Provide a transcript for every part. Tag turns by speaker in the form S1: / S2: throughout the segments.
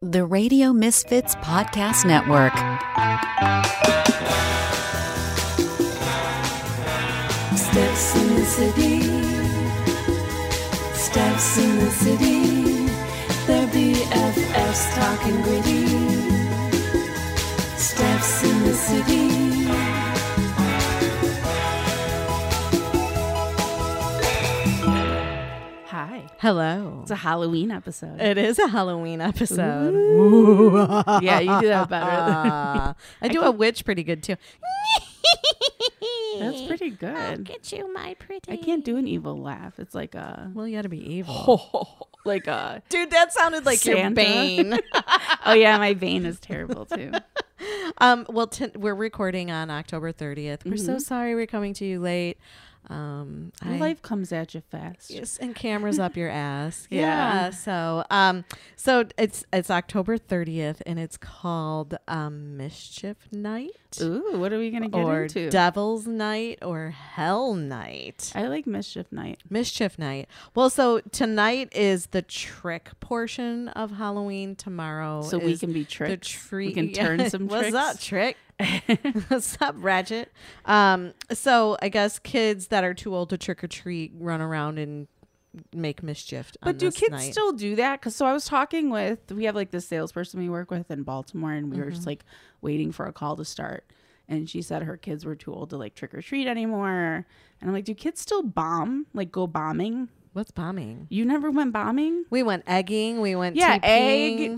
S1: The Radio Misfits Podcast Network.
S2: Steps in the city. Steps in the city. They're BFFs talking gritty. Steps in the city.
S3: Hi.
S4: Hello.
S3: It's a Halloween episode.
S4: It is a Halloween episode.
S3: yeah, you do that better. Than
S4: Ah, I do a witch pretty good too.
S3: That's pretty good.
S4: Get you, my pretty.
S3: I can't do an evil laugh. It's like a
S4: Well, you gotta be evil.
S3: like a
S4: Dude, that sounded like your
S3: Santa.
S4: bane.
S3: Oh yeah, my vein is terrible too.
S4: um, well, t- we're recording on October 30th. We're so sorry we're coming to you late. Um, I,
S3: Life comes at you fast.
S4: Yes, and cameras up your ass.
S3: Yeah.
S4: Yeah. So, um, so it's it's October 30th, and it's called um, Mischief Night.
S3: Ooh, what are we gonna get
S4: or
S3: into?
S4: Devil's Night or Hell Night.
S3: I like mischief night.
S4: Mischief Night. Well, so tonight is the trick portion of Halloween. Tomorrow,
S3: So we
S4: Oh, is
S3: can be
S4: the
S3: tricked.
S4: treat.
S3: can turn some
S4: What's
S3: tricks.
S4: up, trick? What's up, Ratchet? Um, so I guess kids that are too old to trick or treat run around and make mischief. on
S3: But do
S4: this
S3: kids
S4: night.
S3: still do that? Because so I was talking with we have like this salesperson we work with in Baltimore, and we were
S4: Mm-hmm.
S3: just like waiting for a call to start, and she said her kids were too old to like trick or treat anymore. And I'm like, do kids still bomb? Like go bombing?
S4: What's bombing?
S3: You never went bombing?
S4: We went egging. We went
S3: Yeah, egg,
S4: TPing.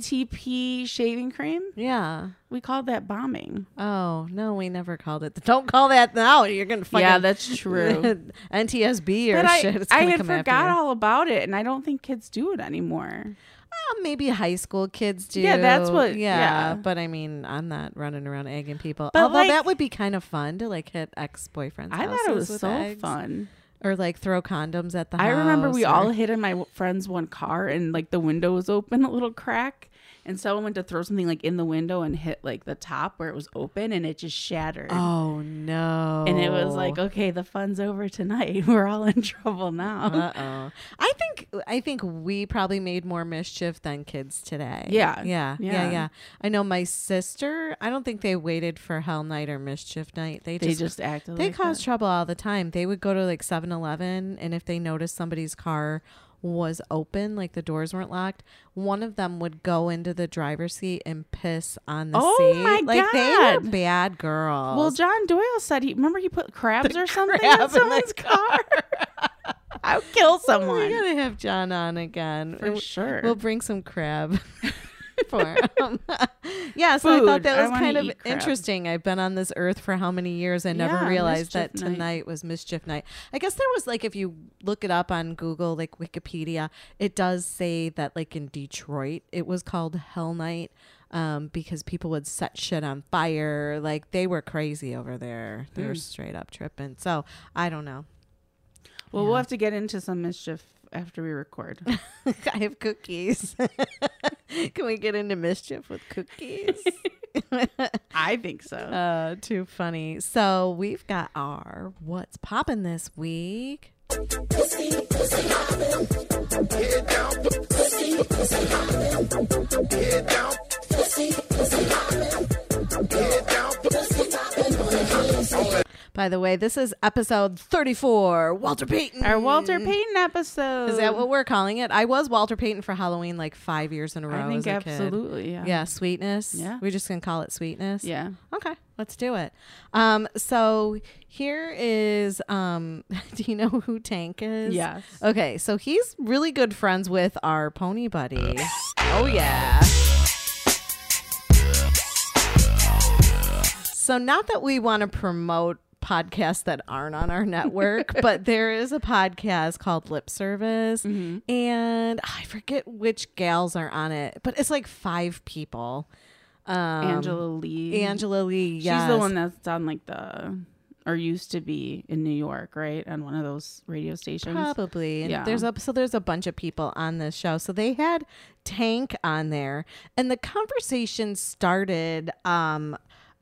S3: TP, shaving cream.
S4: Yeah.
S3: We called that bombing.
S4: Oh no, we never called it. Don't call that now. You're gonna fucking
S3: Yeah, that's true.
S4: NTSB or
S3: But I,
S4: shit. It's
S3: I
S4: gonna
S3: had
S4: come after
S3: forgot
S4: you.
S3: all about it, and I don't think kids do it anymore.
S4: Uh, maybe high school kids do.
S3: Yeah, that's what- yeah.
S4: Yeah, but I mean, I'm not running around egging people.
S3: But,
S4: Although
S3: like-
S4: that would be kind of fun to like hit ex boyfriends.
S3: I thought it was so fun.
S4: Or like throw condoms at the
S3: I
S4: house.
S3: remember we
S4: or-
S3: all hid in my w- friend's one car, and like the window was open a little crack, and someone went to throw something like in the window and hit like the top where it was open, and it just shattered.
S4: Oh no!
S3: And it was
S4: Oh.
S3: like, okay, the fun's over tonight. We're all in trouble now.
S4: Uh oh. I think I think we probably made more mischief than kids today.
S3: Yeah.
S4: Yeah. Yeah.
S3: Yeah.
S4: Yeah. I know my sister, I don't think they waited for Hell Night or Mischief Night. They
S3: they
S4: just
S3: just, acted.
S4: they
S3: like
S4: caused
S3: that.
S4: trouble all the time. They would go to like 7 Eleven and if they noticed somebody's car was open, like the doors weren't locked, one of them would go into the driver's seat and piss on the
S3: Oh
S4: seat.
S3: my
S4: like they were
S3: God.
S4: bad girls.
S3: Well, John Doyle said he remember he put crabs or something
S4: crab in
S3: in
S4: the
S3: someone's car. I'll kill someone.
S4: we gotta have John on again.
S3: For sure.
S4: We'll bring some crab for him. yeah, so I
S3: Food. I
S4: thought that was
S3: wanna
S4: kind of
S3: eat crab.
S4: interesting. I've been on this earth for how many years? I never
S3: Yeah,
S4: realized that
S3: mischief night.
S4: tonight was mischief night. I guess there was like if you look it up on Google, like Wikipedia, it does say that like in Detroit it was called Hell Night. Um, because people would set shit on fire, like they were crazy over there. They
S3: Hmm.
S4: were straight up tripping. So I don't know.
S3: well, we'll have to get into some mischief after we record.
S4: I have cookies. Can we get into mischief with cookies?
S3: I think so.
S4: uh, too funny. So we've got our what's poppin' this week. By the way, this is episode 34, Walter Payton.
S3: Our Walter Payton episode.
S4: Is that what we're calling it? I was Walter Payton for Halloween like five years in a row.
S3: I think
S4: as a kid.
S3: absolutely. Yeah.
S4: Yeah. sweetness.
S3: Yeah.
S4: We're just gonna call it sweetness.
S3: Yeah.
S4: Okay, let's do it. Um, so here is um do you know who Tank is?
S3: Yes.
S4: Okay, so he's really good friends with our pony buddy. oh yeah. So not that we want to promote podcasts that aren't on our network, but there is a podcast called Lip Service and I forget which gals are on it, but it's like five people. Um
S3: Angela Lee.
S4: Angela Lee.
S3: She's
S4: yes.
S3: the one that's on like the or used to be in New York, right? On one of those radio stations.
S4: Probably. And
S3: Yeah.
S4: there's a so there's a bunch of people on this show. So they had Tank on there and the conversation started um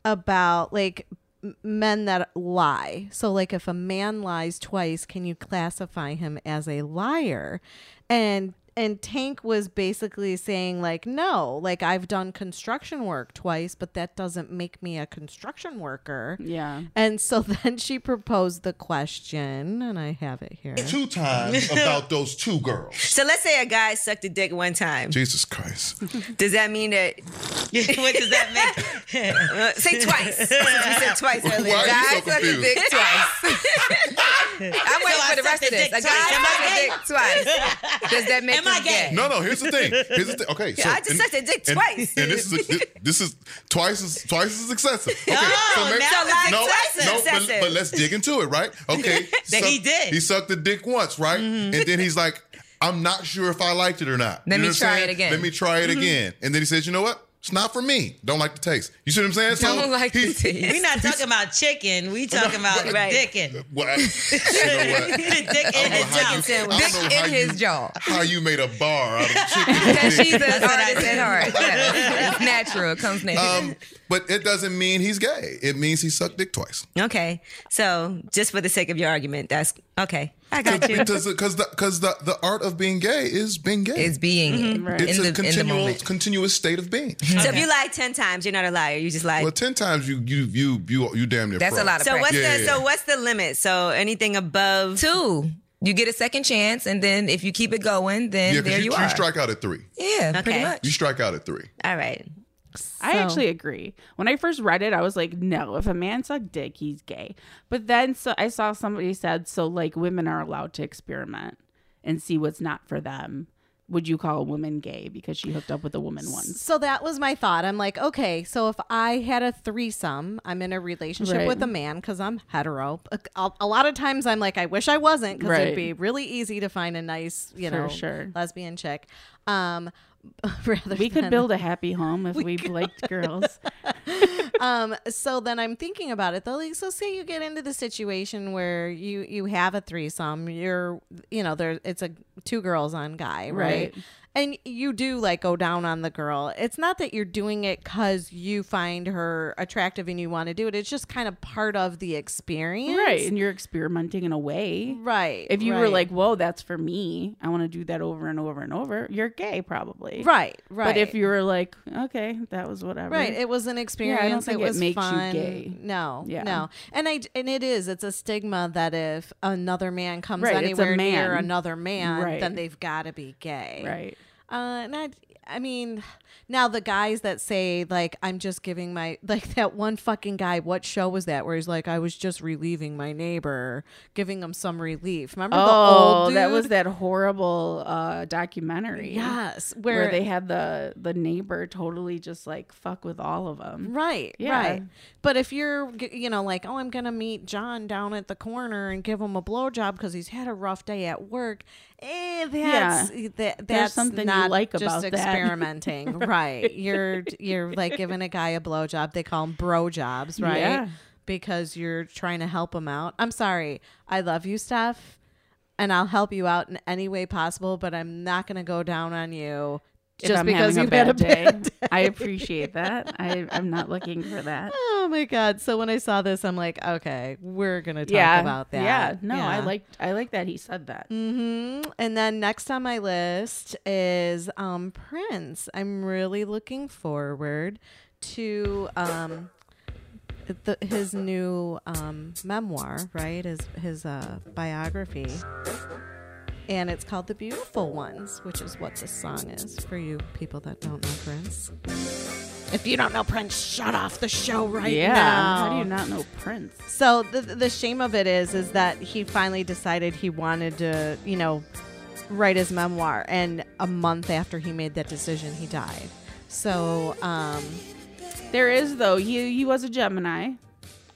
S4: about like m- men that lie. So like if a man lies twice, can you classify him as a liar? And and Tank was basically saying like, no, like I've done construction work twice, but that doesn't make me a construction worker.
S3: Yeah.
S4: And so then she proposed the question, and I have it here.
S5: two times about those two girls.
S6: So let's say a guy sucked a dick one time.
S5: Jesus Christ.
S6: Does that mean that?
S7: what does that mean?
S6: Uh, say twice. Since you said twice earlier.
S5: Why are you
S6: guy
S5: so
S6: sucked a
S5: confused?
S6: dick twice. I'm waiting
S7: I
S6: for the
S7: sucked
S6: rest
S7: a
S6: of this.
S7: dick
S6: A guy
S7: twice. Am I
S6: sucked a
S7: gay?
S6: dick twice. Does that make
S7: Am
S6: him
S7: I gay?
S5: No, no. Here's the thing. Here's the thing. Okay, so
S6: I just sucked a dick
S5: and-
S6: twice.
S5: and this is a, thi- this is twice as twice as excessive. Okay,
S7: Oh, now it's
S5: no,
S6: excessive.
S5: no, but,
S6: Excessive.
S5: but let's dig into it, right? Okay,
S7: That he did.
S5: He sucked the dick once, right? And then he's like, "I'm not sure if I liked it or not."
S6: Mm-hmm. Let
S5: You
S6: me
S5: know what I'm
S6: try it
S5: saying?
S6: again.
S5: Let
S6: Mm-hmm.
S5: me try it again. And then he says, "You know what? It's not for me. Don't like the taste." You see what I'm saying? So
S6: Don't like
S5: he-
S6: the taste.
S7: We're not talking about chicken. We talking about
S6: Right.
S7: dicking.
S5: Well, I- you know what?
S7: Dick
S5: I don't
S7: in
S5: know
S7: his
S5: how you-
S7: mouth.
S5: I don't
S6: Dick
S5: know
S6: in
S5: how
S6: his
S5: you-
S6: jaw.
S5: How you made a bar out of chicken?
S6: Because she's an
S7: That's what I
S6: artist at
S7: said.
S6: heart. Yeah. It's natural. It comes natural.
S5: Um, but it doesn't mean he's gay. It means he sucked dick twice.
S6: okay. So just for the sake of your argument, that's okay. I got you.
S5: Because because the, 'cause the the art of being gay is being gay.
S6: It's being it
S7: Mm-hmm.
S5: It's
S6: in,
S5: a
S6: the, in the
S5: continual
S6: moment.
S5: continuous state of being.
S6: So if you lied ten times, you're not a liar. You just lied.
S5: well, ten times you you you you you damn near.
S8: That's a
S5: pro.
S8: lot of
S6: so what's
S8: practice.
S5: Yeah,
S6: the
S5: yeah,
S6: so
S5: yeah.
S6: what's the limit? So anything above
S8: Two, you get a second chance, and then if you keep it going, then
S5: Yeah, 'cause
S8: there
S5: you,
S8: you,
S5: you
S8: are.
S5: strike out at three.
S8: yeah, pretty
S6: Okay.
S8: much.
S5: You strike out at three.
S6: all right.
S3: I
S4: So-
S3: actually agree. When I first read it, I was like, no, if a man sucked dick, he's gay. But then so I saw somebody said, so like women are allowed to experiment and see what's not for them. Would you call a woman gay because she hooked up with a woman once?
S4: So that was my thought. I'm like, okay, so if I had a threesome, I'm in a relationship
S3: Right.
S4: with a man because I'm hetero. A, a- a lot of times I'm like, I wish I wasn't because
S3: Right.
S4: it'd be really easy to find a nice, you
S3: For
S4: know,
S3: sure.
S4: lesbian chick. Um, rather
S3: We could
S4: than-
S3: build a happy home if we liked girls.
S4: um so then i'm thinking about it though like so say you get into the situation where you you have a threesome you're you know there it's a two girls on guy right,
S3: Right.
S4: and you do like go down on the girl it's not that you're doing it because you find her attractive and you want to do it it's just kind of part of the experience
S3: Right. And you're experimenting in a way.
S4: right
S3: If you were
S4: right.
S3: like, whoa, that's for me, I want to do that over and over and over, you're gay probably.
S4: right right
S3: But if you were like, okay, that was whatever.
S4: Right. It was an experience.
S3: think
S4: it
S3: it
S4: was
S3: makes you
S4: fun.
S3: gay.
S4: No.
S3: Yeah.
S4: No. And I and it is. It's a stigma that if another man comes
S3: Right, it's a
S4: anywhere near
S3: man.
S4: another man,
S3: Right.
S4: then they've got to be gay.
S3: Right.
S4: Uh, and I, I mean, now the guys that say like I'm just giving my like that one fucking guy. What show was that? Where he's like I was just relieving my neighbor, giving him some relief. Remember the
S3: Oh,
S4: old dude?
S3: that was that horrible uh, documentary.
S4: Yes,
S3: where,
S4: where,
S3: they had the the neighbor totally just like fuck with all of them.
S4: Right,
S3: Yeah.
S4: right. But if you're, g- you know, like, oh, I'm going to meet John down at the corner and give him a blowjob because he's had a rough day at work, eh, that's, that, that's
S3: something you
S4: not
S3: like
S4: just
S3: about that.
S4: experimenting. right. You're, you're like giving a guy a blowjob. They call them bro jobs, right?
S3: Yeah.
S4: Because you're trying to help him out. I'm sorry. I love you, Steph, and I'll help you out in any way possible, but I'm not going to go down on you.
S3: If
S4: Just
S3: I'm
S4: because
S3: having
S4: you've had a bad
S3: I appreciate that. I I'm not looking for that.
S4: Oh my god! So when I saw this, I'm like, okay, we're gonna talk
S3: yeah.
S4: about that.
S3: Yeah. No, I liked I like that he said that.
S4: hmm And then next on my list is um, Prince. I'm really looking forward to um, the, his new um, memoir, right? His his uh, biography, and it's called The Beautiful Ones, which is what this song is for you people that don't know Prince. If you don't know Prince, shut off the show right
S3: yeah.
S4: now.
S3: How do you not know Prince?
S4: So the the shame of it is is that he finally decided he wanted to, you know, write his memoir and a month after he made that decision he died. So, um
S3: There is though. He he was a Gemini.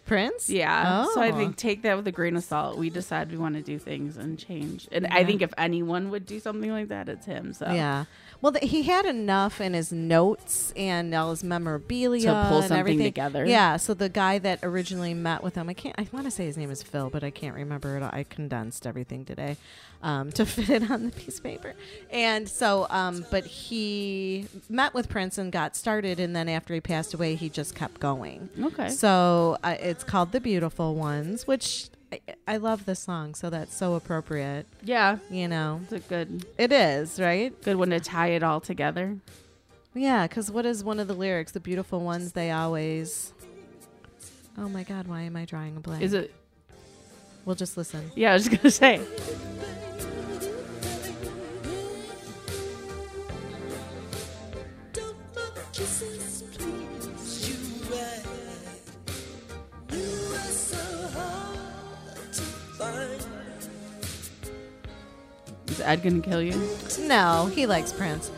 S4: Prince?
S3: Yeah. So I
S4: Oh.
S3: think take that with a grain of salt. We decide we want to do things and change. And I think if anyone would do something like that, it's him. So
S4: Yeah. Well, th- he had enough in his notes and all his memorabilia
S3: To pull
S4: and
S3: something
S4: everything.
S3: together.
S4: Yeah. So the guy that originally met with him, I can't. I want to say his name is Phil, but I can't remember it. all. I condensed everything today um, to fit it on the piece of paper. And so, um, but he met with Prince and got started, and then after he passed away, he just kept going.
S3: Okay.
S4: So uh, it's called The Beautiful Ones, which I, I love this song, so that's so appropriate.
S3: Yeah.
S4: You know,
S3: It's a good
S4: it is right.
S3: good one to tie it all together.
S4: Yeah, because what is one of the lyrics? The beautiful ones they always. Oh my God! Why am I drawing a blank?
S3: Is it
S4: We'll just listen.
S3: Yeah, I was just gonna say. Is Ed gonna kill you?
S4: No, he likes Prince.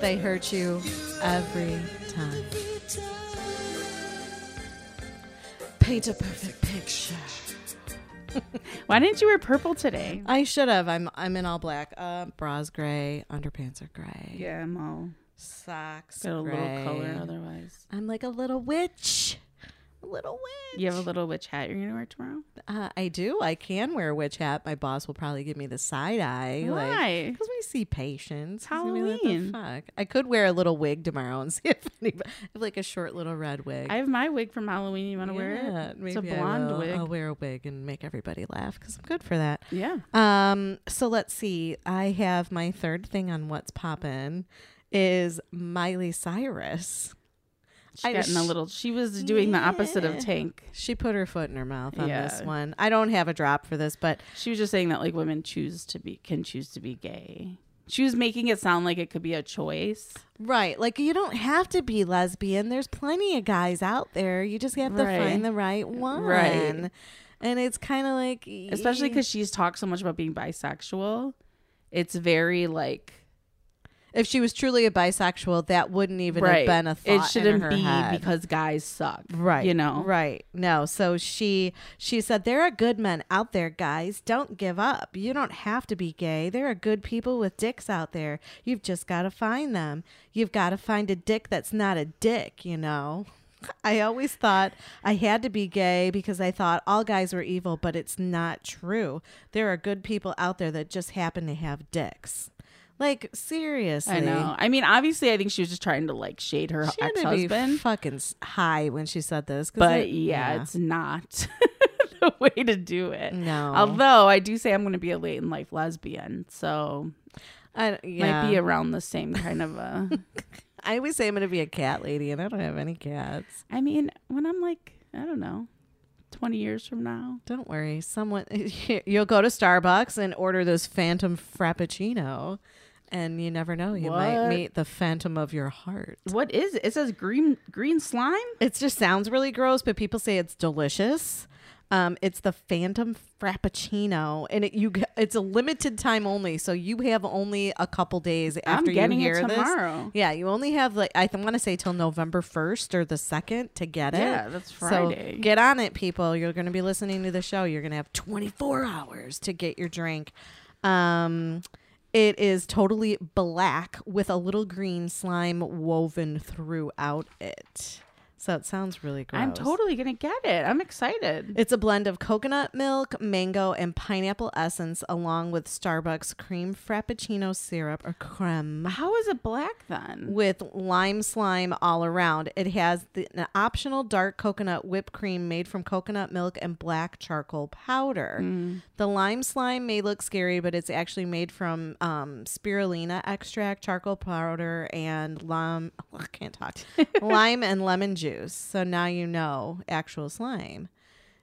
S4: They hurt you every time. Paint a perfect picture.
S3: Why didn't you wear purple today?
S4: I should have. I'm I'm in all black. Uh, bras gray, underpants are gray,
S3: Yeah, I'm all
S4: socks
S3: got a
S4: gray.
S3: little color otherwise.
S4: I'm like a little witch. A little witch.
S3: You have a little witch hat you're gonna wear tomorrow?
S4: Uh, I do. I can wear a witch hat. My boss will probably give me the side eye.
S3: Why?
S4: Because we see patients. He's gonna be like,
S3: Halloween.
S4: "The fuck. I could wear a little wig tomorrow and see if anybody, I have like a short little red wig.
S3: I have my wig from Halloween. You want to
S4: Yeah,
S3: wear it? It's a
S4: maybe I
S3: blonde
S4: will. Oh,
S3: wig.
S4: I'll wear a wig and make everybody laugh because I'm good for that.
S3: yeah.
S4: Um. So let's see. I have my third thing on what's poppin' is Miley Cyrus.
S3: She's
S4: I-
S3: getting a little. She was doing the opposite of Tank.
S4: She put her foot in her mouth on this
S3: Yeah.
S4: one. I don't have a drop for this, but
S3: She was just saying that like women choose to be can choose to be gay. She was making it sound like it could be a choice.
S4: Right. Like you don't have to be lesbian. There's plenty of guys out there. You just have to
S3: Right.
S4: find the right one.
S3: Right.
S4: And it's kind of like
S3: Especially because she's talked so much about being bisexual. It's very like
S4: if she was truly a bisexual, that wouldn't even have
S3: right.
S4: been a thought.
S3: it shouldn't
S4: in her
S3: be
S4: head.
S3: because guys suck.
S4: right
S3: You know.
S4: right no so she she said there are good men out there guys don't give up you don't have to be gay there are good people with dicks out there you've just got to find them you've got to find a dick that's not a dick you know I always thought I had to be gay because I thought all guys were evil, but it's not true. There are good people out there that just happen to have dicks. Like seriously,
S3: I know. I mean, obviously, I think she was just trying to like shade her
S4: She had
S3: ex
S4: to be
S3: husband.
S4: fucking s- high when she said this. 'cause
S3: but
S4: it-
S3: yeah, it's not the way to do it.
S4: No.
S3: Although I do say I'm going to be a late in life lesbian, so
S4: I, yeah.
S3: might be around the same kind of a.
S4: I always say I'm going to be a cat lady, and I don't have any cats.
S3: I mean, when I'm like, I don't know, 20 years from now.
S4: Don't worry, someone you'll go to Starbucks and order this phantom frappuccino, and you never know, you might
S3: What?
S4: meet the phantom of your heart.
S3: What is it? It says green green slime.
S4: It just sounds really gross, but people say it's delicious. Um, it's the Phantom Frappuccino, and it you g- it's a limited time only, so you have only a couple days after
S3: getting it
S4: you hear this.
S3: tomorrow.
S4: Yeah, you only have like I want to say till November first or the second to get it.
S3: Yeah, that's Friday.
S4: So get on it, people. You're going to be listening to the show. You're going to have 24 hours to get your drink. Um, it is totally black with a little green slime woven throughout it. So it sounds really gross.
S3: I'm totally gonna get it. I'm excited.
S4: It's a blend of coconut milk, mango, and pineapple essence, along with Starbucks cream frappuccino syrup or creme
S3: How is it black then?
S4: with lime slime all around. It has the, an optional dark coconut whipped cream made from coconut milk and black charcoal powder. The lime slime may look scary, but it's actually made from um, spirulina extract, charcoal powder, and lime. I can't talk. lime and lemon juice. So now you know actual slime.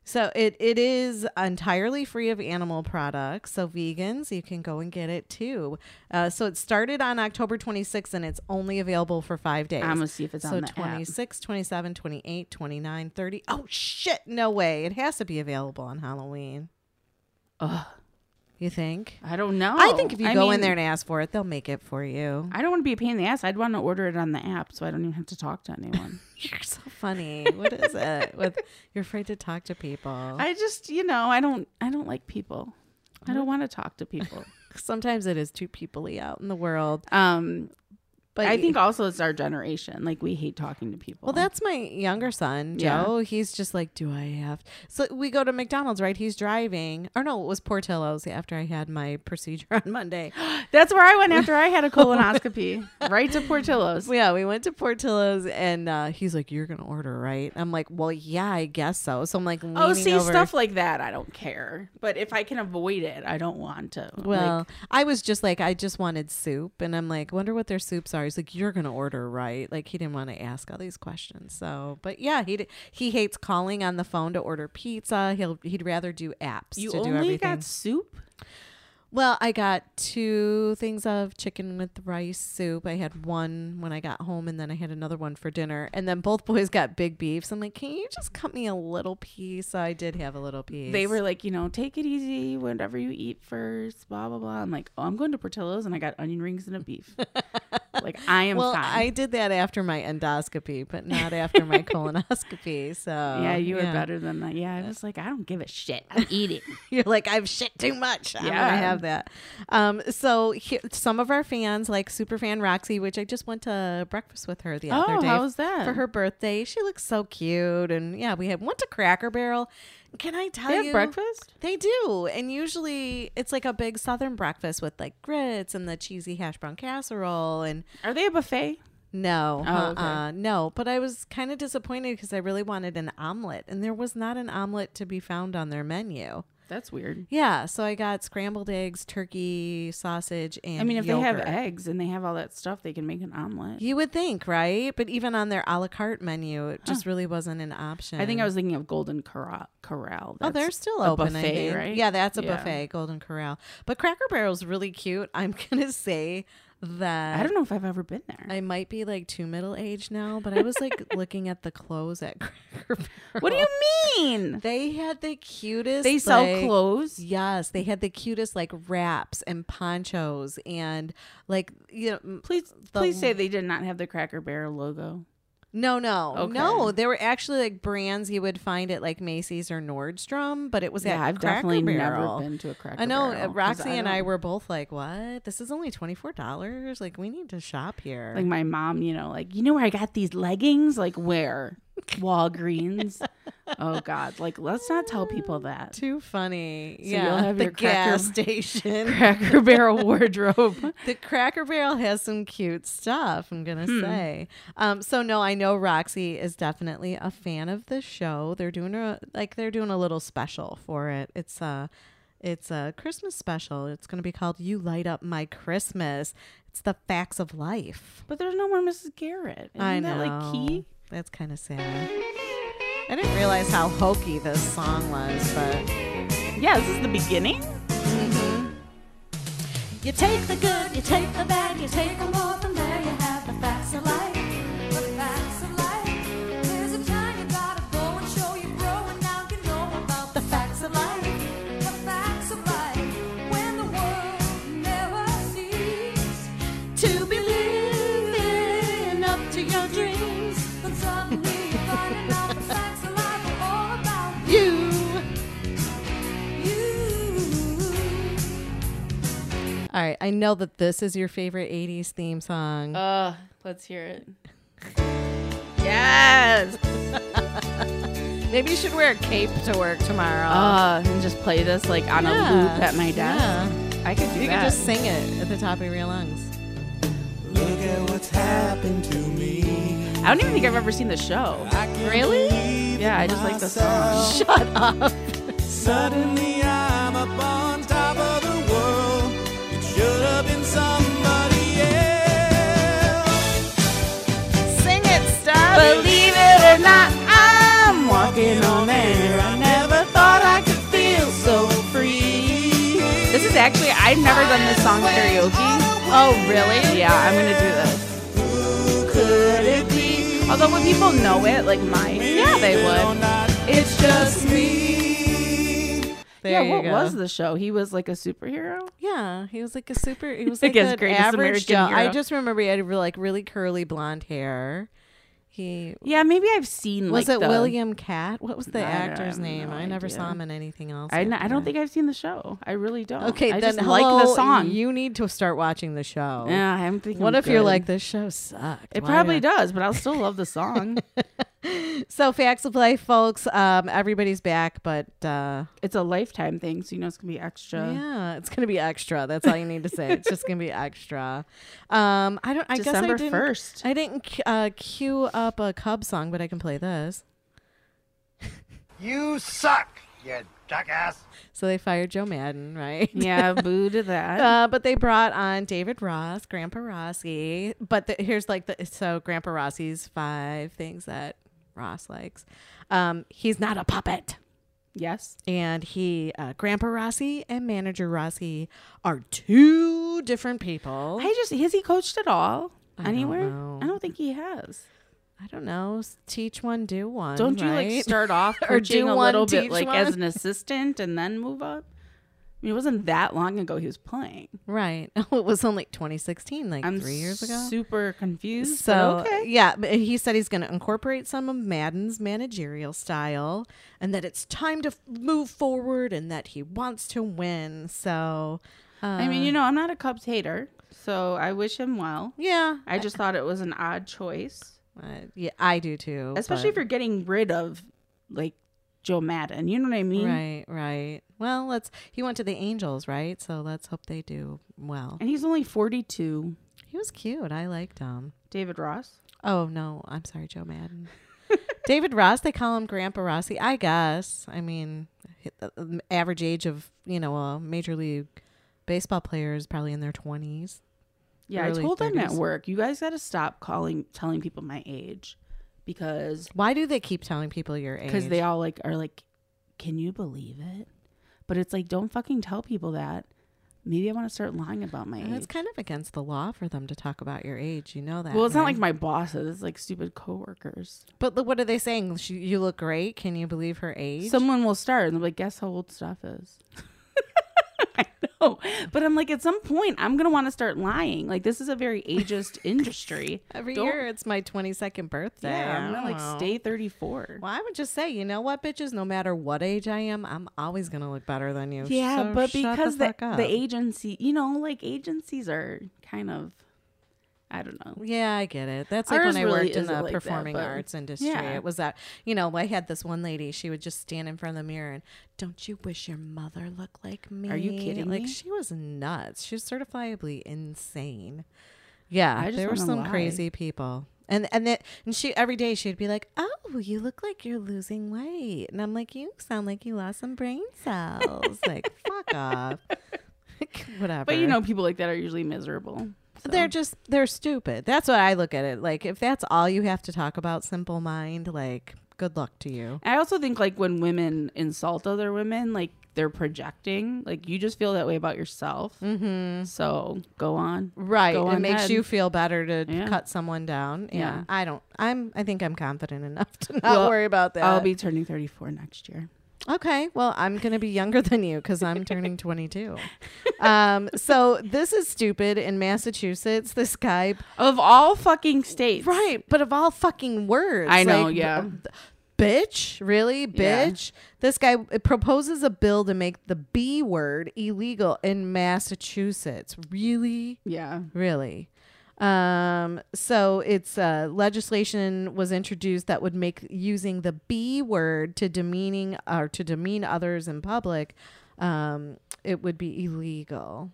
S4: So it, it is entirely free of animal products. So vegans, you can go and get it too. Uh, so it started on October 26th and it's only available for five days.
S3: I'm gonna see if it's
S4: so
S3: on the app.
S4: 26, 27, 28, 29, 30. Oh shit, no way. It has to be available on Halloween.
S3: Ugh.
S4: You think?
S3: I don't know.
S4: I think if you
S3: I
S4: go
S3: mean,
S4: in there and ask for it, they'll make it for you.
S3: I don't want to be a pain in the ass. I'd want to order it on the app, so I don't even have to talk to anyone.
S4: You're so funny. What is it? With you're afraid to talk to people.
S3: I just, you know, I don't, I don't like people. I don't want to talk to people.
S4: Sometimes it is too peoply out in the world.
S3: Um,
S4: But
S3: I think also it's our generation. Like we hate talking to people.
S4: Well, that's my younger son,
S3: Yeah.
S4: Joe. He's just like, do I have? So we go to McDonald's, right? He's driving. Or no, it was Portillo's after I had my procedure on Monday.
S3: that's where I went after I had a colonoscopy. right to Portillo's.
S4: yeah, we went to Portillo's, and uh, he's like, "You're gonna order, right?" I'm like, "Well, yeah, I guess so." So I'm like, leaning
S3: Oh, see
S4: over.
S3: stuff like that. I don't care. But if I can avoid it, I don't want to.
S4: Well,
S3: Like,
S4: I was just like, I just wanted soup, and I'm like, wonder what their soups are. He's like, you're gonna order, right? Like he didn't want to ask all these questions. So, but yeah, he d- he hates calling on the phone to order pizza. He'll he'd rather do apps.
S3: you
S4: to do
S3: only
S4: everything.
S3: got soup.
S4: Well, I got two things of chicken with rice soup. I had one when I got home, and then I had another one for dinner. And then both boys got big beefs. I'm like, can you just cut me a little piece? So I did have a little piece.
S3: They were like, you know, take it easy, whatever you eat first, blah blah blah. I'm like, oh, I'm going to Portillo's and I got onion rings and a beef. like I am
S4: well,
S3: fine.
S4: I did that after my endoscopy, but not after my colonoscopy. So
S3: yeah, you were better than that. Yeah, I was like, I don't give a shit. I'm eating.
S4: You're like I've shit too much. I'm
S3: Yeah.
S4: gonna have that. Um, so here, some of our fans, like super fan Roxy, which I just went to breakfast with her the other
S3: Oh,
S4: day.
S3: how was that?
S4: for her birthday? She looks so cute, and yeah, we had went to Cracker Barrel. Can I tell
S3: They have
S4: you
S3: breakfast?
S4: They do, and usually it's like a big Southern breakfast with like grits and the cheesy hash brown casserole and
S3: Are they a buffet?
S4: No,
S3: Oh, okay.
S4: uh-uh, no. But I was kind of disappointed because I really wanted an omelet, and there was not an omelet to be found on their menu.
S3: That's weird.
S4: Yeah, so I got scrambled eggs, turkey, sausage, and
S3: I mean, if they have
S4: yogurt.
S3: eggs and they have all that stuff, they can make an omelet.
S4: you would think, right? But even on their a la carte menu, it just really wasn't an option.
S3: I think I was thinking of Golden Corral. Corral.
S4: Oh, they're
S3: That's
S4: still
S3: a
S4: open, I
S3: buffet,
S4: think.
S3: right?
S4: Yeah, that's a buffet, Golden Corral. But Cracker Barrel's really cute. I'm gonna say that
S3: I don't know if I've ever been there.
S4: I might be like too middle aged now, but I was like looking at the clothes at Cracker Barrel.
S3: what do you mean?
S4: They had the cutest.
S3: They sell
S4: like-
S3: clothes.
S4: Yes, they had the cutest like wraps and ponchos and like you know. m-
S3: Please,
S4: the-
S3: please say they did not have the Cracker Barrel logo.
S4: No, no,
S3: Okay.
S4: no. They were actually like brands you would find at like Macy's or Nordstrom, but it was at
S3: Yeah, I've
S4: Cracker
S3: definitely never
S4: Barrel.
S3: been to a Cracker
S4: I know uh,
S3: Barrel, 'cause
S4: Roxy
S3: I
S4: and I
S3: don't-
S4: were both like, "What? This is only twenty four dollars. Like, we need to shop here."
S3: Like my mom, you know, like you know where I got these leggings? Like where? Walgreens. oh God! Like let's not tell people that.
S4: too funny.
S3: So
S4: yeah,
S3: you'll have
S4: the
S3: your Cracker-
S4: gas station.
S3: Cracker Barrel wardrobe.
S4: the Cracker Barrel has some cute stuff, I'm going to
S3: Hmm.
S4: say. Um, so no, I know Roxy is definitely a fan of the show. They're doing a like they're doing a little special for it. It's a it's a Christmas special. It's going to be called You Light Up My Christmas. It's the facts of life.
S3: But there's no more Mrs. Garrett. Isn't
S4: I know.
S3: that like key?
S4: That's kind of sad. I didn't realize how hokey this song was, but
S3: Yeah, this is the beginning.
S2: You take the good, you take the bad, you take them all from there. You have the facts of life. The facts of life. There's a time you gotta go and show you grow, and now you know about the facts of life. The facts of life. When the world never ceases to believe in up to your dreams, then suddenly you're finding out the facts of life are all about you. You.
S4: all right, I know that this is your favorite 80s theme song.
S3: Uh, let's hear it. Yes.
S4: Maybe you should wear a cape to work tomorrow.
S3: Uh, and just play this like on a Oh, loop at my desk.
S4: Yeah.
S3: I could do
S4: You
S3: that.
S4: can just sing it at the top of your lungs.
S9: Look at what's happened to me.
S3: I don't even think I've ever seen the show. Really? Yeah, I just like the song.
S4: Shut up.
S9: Suddenly I'm up on top of the world. It should have been somebody else.
S4: Sing it, stop.
S3: Believe it or not, I'm
S9: Walking on air, I never thought I could feel so free.
S3: This is actually I've never done this song karaoke.
S4: Oh, really?
S3: Yeah, I'm gonna do this.
S9: Who could it be?
S3: Although when people know it, like mine, yeah, they
S9: Or
S3: would.
S9: not,
S3: It's just
S9: me.
S4: There
S3: yeah,
S4: you
S3: what
S4: go.
S3: was the show? He was like a superhero.
S4: Yeah, he was like a super. He was
S3: I
S4: like
S3: guess
S4: an
S3: greatest
S4: average
S3: American
S4: Joe. I
S3: hero.
S4: just remember he had like really curly blonde hair. He
S3: Yeah, maybe I've seen
S4: was
S3: like
S4: it
S3: the-
S4: William Cat? What was the
S3: I don't- I
S4: actor's
S3: have
S4: name?
S3: no
S4: I never
S3: idea.
S4: saw him in anything else.
S3: I, n-
S4: after
S3: I don't
S4: that.
S3: think I've seen the show. I really don't.
S4: Okay,
S3: I
S4: then
S3: just like the
S4: hello,
S3: song.
S4: You need to start watching the show.
S3: yeah, I'm thinking.
S4: What
S3: I'm
S4: if you're
S3: good.
S4: like this show sucked?
S3: It
S4: Why
S3: probably
S4: did I-"
S3: does, but I'll still love the song.
S4: So facts of life, folks. Um, everybody's back, but uh,
S3: it's a lifetime thing, so you know it's gonna be extra.
S4: yeah, it's gonna be extra. That's all you need to say. It's just gonna be extra. Um, I don't. I guess I
S3: December
S4: didn't.
S3: first.
S4: I didn't c- uh, queue up a Cub song, but I can play this.
S10: You suck, you jackass.
S4: So they fired Joe Madden, right?
S3: Yeah, boo to that.
S4: Uh, but they brought on David Ross, Grandpa Rossi. But the, here's like the so Grandpa Rossi's five things that Ross likes. Um, he's not a puppet,
S3: yes.
S4: and he uh, Grandpa Rossi and Manager Rossi are two different people.
S3: I just has he coached at all
S4: I don't
S3: anywhere?
S4: know.
S3: I don't think he has.
S4: I don't know. s- Teach one, do one.
S3: Don't you
S4: right?
S3: like start off
S4: Or
S3: coaching
S4: do
S3: a
S4: one,
S3: little bit
S4: teach
S3: like as
S4: one?
S3: an assistant and then move up? I mean, it wasn't that long ago he was playing.
S4: right? Oh, it was only 2016, like
S3: I'm
S4: three years ago.
S3: Super confused.
S4: So
S3: but okay.
S4: yeah, but he said he's going to incorporate some of Madden's managerial style, and that it's time to f- move forward, and that he wants to win. So, uh,
S3: I mean, you know, I'm not a Cubs hater, so I wish him well.
S4: yeah,
S3: I just thought it was an odd choice,
S4: uh, yeah, I do too.
S3: especially if
S4: but-
S3: you're getting rid of like Joe Madden. You know what I mean?
S4: right, right. Well, let's. He went to the Angels, right? So let's hope they do well.
S3: And he's only 42.
S4: He was cute. I liked him.
S3: David Ross.
S4: Oh no, I'm sorry, Joe Madden. David Ross, they call him Grandpa Rossi. I guess. I mean, hi- the- the average age of you know a major league baseball player is probably in their twenties.
S3: Yeah, I
S4: Early
S3: told him at
S4: 30s.
S3: work, you guys got to stop calling, telling people my age, because
S4: Why do they keep telling people your age?
S3: because they all like are like, can you believe it? But it's like, don't fucking tell people that. Maybe I want to start lying about my
S4: And
S3: age.
S4: it's kind of against the law for them to talk about your age. You know that.
S3: well, it's not like my
S4: right?
S3: bosses; it's like stupid coworkers.
S4: But the- what are they saying? She, you look great. Can you believe her age?
S3: Someone will start and they'll be like, guess how old stuff is. I know, but I'm like, at some point, I'm gonna want to start lying. Like, this is a very ageist industry.
S4: Every
S3: Don't-
S4: year, it's my twenty-second birthday.
S3: yeah, I'm
S4: I
S3: gonna
S4: don't
S3: like
S4: know.
S3: stay 34.
S4: Well, I would just say, you know what, bitches, no matter what age I am, I'm always going to look better than you.
S3: Yeah,
S4: So
S3: but
S4: shut
S3: because
S4: the,
S3: the,
S4: fuck
S3: the,
S4: up.
S3: agency, you know, like agencies are kind of, I don't know.
S4: Yeah, I get it. That's like
S3: Ours
S4: when I
S3: really
S4: worked in
S3: isn't
S4: the
S3: like that,
S4: performing
S3: but-
S4: arts industry.
S3: yeah.
S4: It was that, you know, I had this one lady, she would just stand in front of the mirror and, don't you wish your mother looked like me?
S3: Are you kidding
S4: Like,
S3: me?
S4: she was nuts. She was certifiably insane. Yeah,
S3: I just
S4: there were
S3: wanna
S4: some
S3: lie.
S4: crazy people. And and that and she every day she'd be like, "Oh, you look like you're losing weight," and I'm like, "You sound like you lost some brain cells." like, fuck off, whatever.
S3: But you know, people like that are usually miserable.
S4: they're just they're stupid. That's what I look at it. Like, if that's all you have to talk about, simple mind, like, good luck to you.
S3: I also think like when women insult other women, like they're projecting. Like you just feel that way about yourself. Mm-hmm. So go on.
S4: Right,
S3: Go
S4: it
S3: on
S4: makes
S3: ahead.
S4: you feel better to
S3: Yeah.
S4: cut someone down. Yeah.
S3: Yeah.
S4: I don't. I'm. I think I'm confident enough to not
S3: Well,
S4: worry about that.
S3: I'll be turning 34 next year.
S4: Okay, well, I'm going to be younger than you because I'm turning 22. Um, so this is stupid in Massachusetts. This guy,
S3: Of all fucking states.
S4: right? But of all fucking words,
S3: I know,
S4: like,
S3: yeah.
S4: Bitch, really,
S3: Yeah.
S4: bitch. This guy proposes a bill to make the B word illegal in Massachusetts. Really?
S3: Yeah.
S4: Really? Um, so it's uh, legislation was introduced that would make using the B word to demeaning or to demean others in public, um, it would be illegal.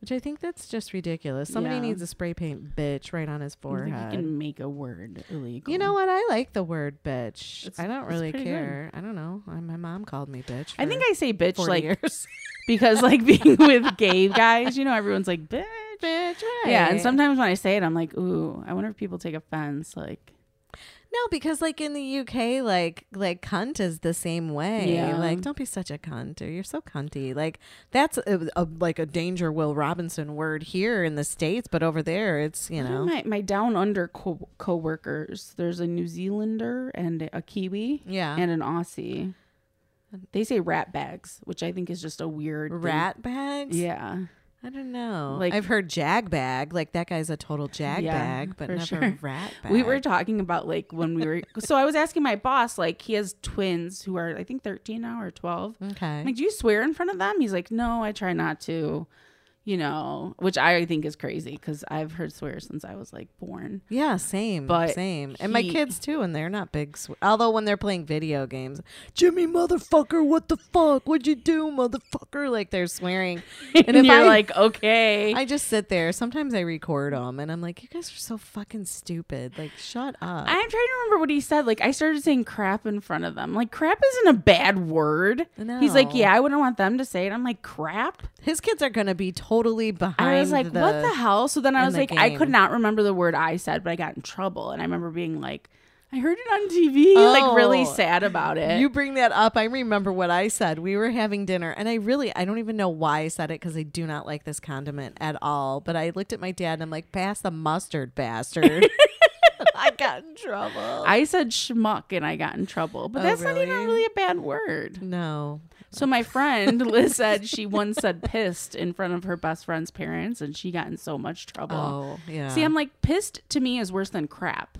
S4: Which I think that's just ridiculous. Somebody
S3: Yeah.
S4: needs a spray paint bitch right on his
S3: I think you
S4: forehead.
S3: can make a word illegal.
S4: You know what? I like the word bitch. I don't
S3: it's
S4: really
S3: pretty good.
S4: care. I don't know. I, my mom called me bitch.
S3: I think
S4: for
S3: I say bitch
S4: 40
S3: like
S4: years.
S3: because like being with gay guys, you know, everyone's like bitch.
S4: bitch. Right.
S3: Yeah, and sometimes when I say it, I'm like, ooh, I wonder if people take offense. Like,
S4: No, because like in the UK, like like cunt is the same way.
S3: Yeah.
S4: Like, don't be such a cunt, or you're so cunty. Like that's a, a, like a danger Will Robinson word here in the states, but over there, it's you
S3: one of
S4: know.
S3: "Oh, my, my down under co- coworkers, there's a New Zealander and a Kiwi,
S4: Yeah.
S3: and an Aussie. They say rat bags, which I think is just a weird thing.
S4: Rat bags.
S3: Yeah,
S4: I don't know.
S3: Like-
S4: I've heard jag bag. Like that guy's a total jag
S3: Yeah,
S4: bag, but
S3: for
S4: never
S3: sure.
S4: rat bag.
S3: We were talking about like when we were. so I was asking my boss, like he has twins who are I think 13 now or 12.
S4: Okay.
S3: I'm like, do you swear in front of them? He's like, no, I try not to. You know, which I think is crazy because I've heard swear since I was like born.
S4: yeah, same,
S3: But
S4: same. And my
S3: he-
S4: kids too, and they're not big. Sw- Although when they're playing video games, Jimmy, motherfucker, what the fuck? What'd you do, motherfucker? Like they're swearing,
S3: And, if you're like, okay,
S4: I just sit there. Sometimes I record them, and I'm like, you guys are so fucking stupid. Like, shut up.
S3: I'm trying to remember what he said. Like I started saying crap in front of them. Like crap isn't a bad word. He's like,
S4: No.
S3: yeah, I wouldn't want them to say it. I'm like, crap.
S4: His kids are gonna be totally behind.
S3: I was like,
S4: the,
S3: what the hell? So then I
S4: in
S3: was
S4: the
S3: like, I could
S4: game.
S3: not remember the word I said, but I got in trouble. And I remember being like, I heard it on TV, like really
S4: Oh.
S3: sad about it.
S4: You bring that up. I remember what I said. We were having dinner, and I really, I don't even know why I said it because I do not like this condiment at all. But I looked at my dad and I'm like, pass the mustard, bastard. I got in trouble.
S3: I said schmuck and I got in trouble, but
S4: Oh,
S3: that's not even
S4: really?
S3: really a bad word.
S4: no.
S3: So my friend Liz said she once said pissed in front of her best friend's parents and she got in so much trouble.
S4: Oh, yeah.
S3: See, I'm like pissed to me is worse than crap.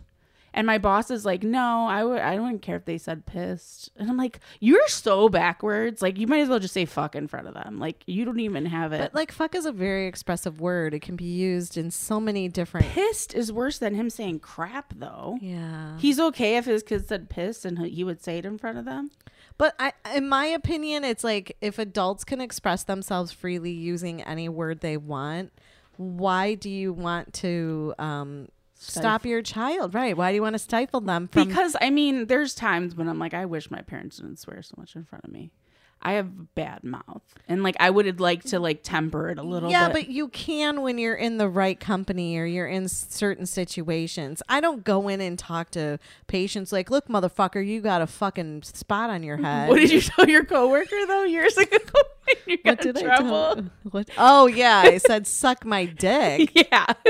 S3: And my boss is like, no, I would, I wouldn't care if they said pissed. And I'm like, you're so backwards. Like, you might as well just say fuck in front of them. Like, you don't even have it.
S4: But like, fuck is a very expressive word. It can be used in so many different.
S3: pissed is worse than him saying crap, though.
S4: Yeah.
S3: He's okay if his kids said pissed and he- he would say it in front of them.
S4: But I, in my opinion, it's like if adults can express themselves freely using any word they want, why do you want to um, stop your child? Right? Why do you want to stifle them from?
S3: Because I mean, there's times when I'm like, I wish my parents didn't swear so much in front of me. I have a bad mouth, and like I would have liked to like temper it a little.
S4: yeah,
S3: bit.
S4: but you can when you're in the right company or you're in s- certain situations. I don't go in and talk to patients like, "Look, motherfucker, you got a fucking spot on your head."
S3: What did you tell your coworker though years ago? when you got
S4: What did
S3: in
S4: I
S3: trouble.
S4: tell- What? Oh yeah, I said, "Suck my dick."
S3: Yeah.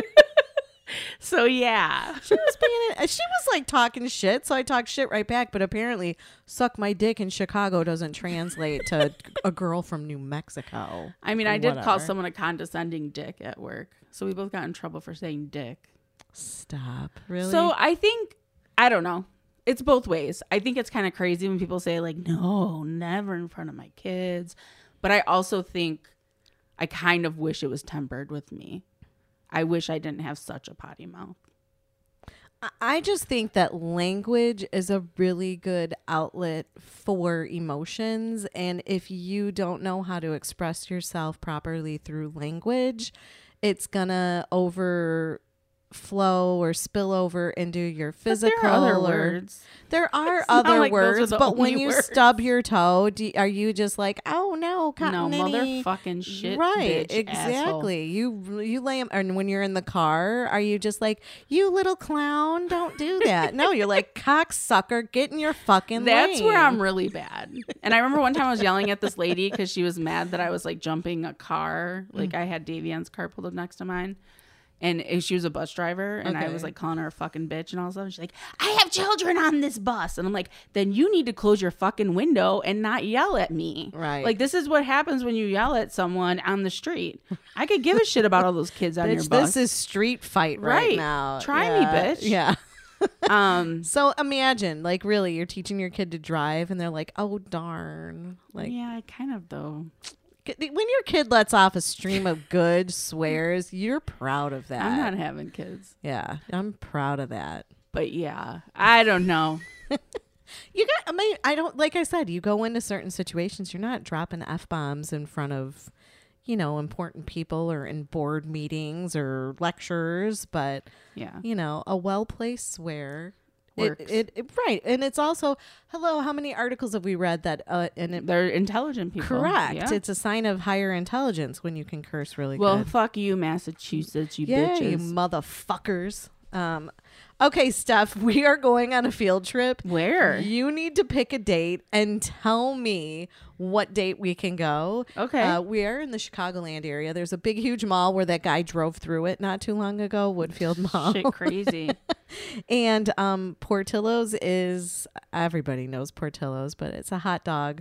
S3: so yeah.
S4: she was being she was like talking shit so i talked shit right back but apparently suck my dick in chicago doesn't translate to a girl from new mexico
S3: I mean, I did call
S4: Whatever.
S3: someone a condescending dick at work, so we both got in trouble for saying dick.
S4: stop really
S3: So I think I don't know. It's both ways. I think it's kind of crazy when people say like, "No, never in front of my kids," but I also think I kind of wish it was tempered with me. I wish I didn't have such a potty mouth.
S4: I- i just think that language is a really good outlet for emotions and if you don't know how to express yourself properly through language it's gonna overflow or spill over into your
S3: But
S4: physical
S3: there are other
S4: or-
S3: words.
S4: There are
S3: It's not
S4: other
S3: like those are
S4: words,
S3: the
S4: but when
S3: only
S4: you
S3: words.
S4: stub your toe, do, are you just like, oh no,
S3: No
S4: cotton
S3: motherfucking shit,
S4: Right,
S3: bitch, asshole.
S4: exactly. You you lay 'em- and when you're in the car, are you just like, you little clown, don't do that? no, you're like, cocksucker, get in your fucking.
S3: That's where
S4: lane."
S3: I'm really bad. And I remember one time I was yelling at this lady because she was mad that I was like jumping a car.
S4: Mm.
S3: Like I had Davion's car pulled up next to mine. And it- she was a bus driver, and I was
S4: Okay.
S3: like calling her a fucking bitch and all stuff. And she's like, I have children on this bus. And I'm like, then you need to close your fucking window and not yell at me.
S4: Right.
S3: Like, this is what happens when you yell at someone on the street. I could give a shit about all those kids on your
S4: Bitch,
S3: bus.
S4: this is street fight right,
S3: Right.
S4: now.
S3: Try me,
S4: Yeah.
S3: bitch.
S4: Yeah.
S3: um,
S4: So imagine, like, really, you're teaching your kid to drive, and they're like, oh darn, like.
S3: yeah, I kind of, though.
S4: When your kid lets off a stream of good swears, you're proud of that.
S3: I'm not having kids.
S4: Yeah, I'm proud of that.
S3: But yeah, I don't know.
S4: You got, I mean, I don't, like I said, you go into certain situations, you're not dropping F bombs in front of, you know, important people or in board meetings or lectures, but,
S3: Yeah.
S4: you know, a well placed swear. it-
S3: Works.
S4: It, it- right. And it's also, hello, how many articles have we read that, uh, and it,
S3: They're intelligent people.
S4: correct.
S3: Yeah.
S4: It's a sign of higher intelligence when you can curse really
S3: well,
S4: good.
S3: fuck you, Massachusetts, you
S4: Yeah, you
S3: bitches.
S4: motherfuckers. Um, okay, Steph, we are going on a field trip.
S3: Where?
S4: You need to pick a date and tell me what date we can go.
S3: Okay.
S4: Uh, we are in the Chicagoland area. There's a big, huge mall where that guy drove through it not too long ago, Woodfield Mall.
S3: Shit, crazy.
S4: and um, Portillo's is, everybody knows Portillo's, but it's a hot dog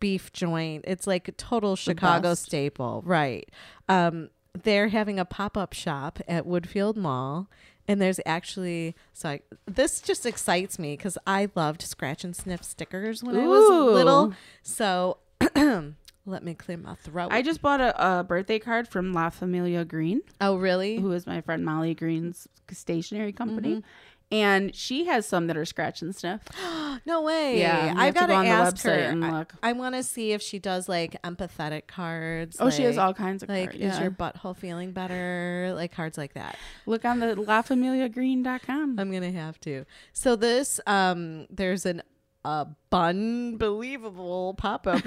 S4: beef joint. It's like a total Chicago staple, right? Um, they're having a pop up shop at Woodfield Mall. And there's actually so I, this just excites me because I loved scratch and sniff stickers when I
S3: Ooh.
S4: was little. So let me clear my throat.
S3: I just bought a, a birthday card from La Familia Green,
S4: oh really?
S3: who is my friend Molly Green's stationery company.
S4: Mm-hmm.
S3: And she has some that are scratch and sniff.
S4: No way.
S3: Yeah, you have
S4: I've
S3: to
S4: got to
S3: go on the
S4: ask
S3: website
S4: her.
S3: and
S4: I-
S3: look.
S4: I, want to see if she does like empathetic cards.
S3: Oh, she has
S4: like-
S3: all kinds of
S4: like
S3: card-
S4: is
S3: yeah.
S4: your butthole feeling better? Like cards like that.
S3: Look on the lafamiliagreen.com.
S4: I'm gonna have to. So this um, there's an unbelievable pop-up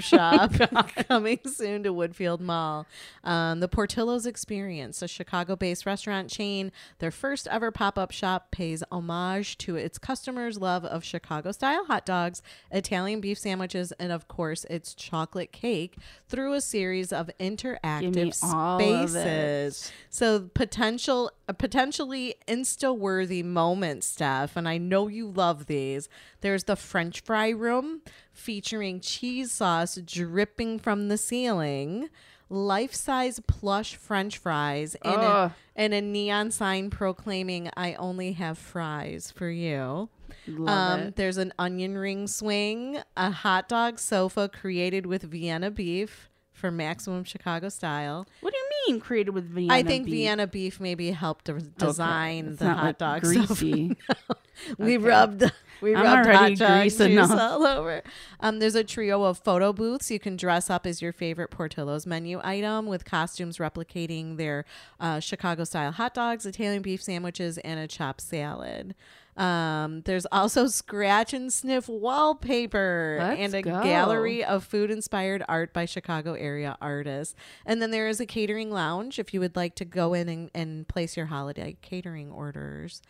S4: shop
S3: Oh
S4: coming soon to Woodfield Mall. Um, the Portillo's Experience, a Chicago-based restaurant chain, their first ever pop-up shop pays homage to its customers' love of Chicago-style hot dogs, Italian beef sandwiches, and of course its chocolate cake through a series of interactive
S3: all of
S4: spaces. So potential, uh, potentially insta-worthy moments, Steph, and I know you love these. There's the French fry room featuring cheese sauce dripping from the ceiling, life-size plush French fries, and, a, and a neon sign proclaiming "I only have fries for you." um, There's an onion ring swing, a hot dog sofa created with Vienna beef for maximum Chicago style.
S3: What do you mean created with Vienna?
S4: I think
S3: beef?
S4: Vienna beef maybe helped de- design
S3: It's
S4: the
S3: not,
S4: hot
S3: like,
S4: dog.
S3: greasy.
S4: So- we rubbed we
S3: I'm
S4: rubbed
S3: already
S4: hot dog
S3: greased
S4: juice
S3: enough.
S4: all over. Um, there's a trio of photo booths. You can dress up as your favorite Portillo's menu item with costumes replicating their uh, Chicago style hot dogs, Italian beef sandwiches, and a chopped salad. Um, there's also scratch and sniff wallpaper
S3: Let's
S4: and a
S3: go.
S4: gallery of food inspired art by Chicago area artists. And then there is a catering lounge if you would like to go in and, and place your holiday catering orders.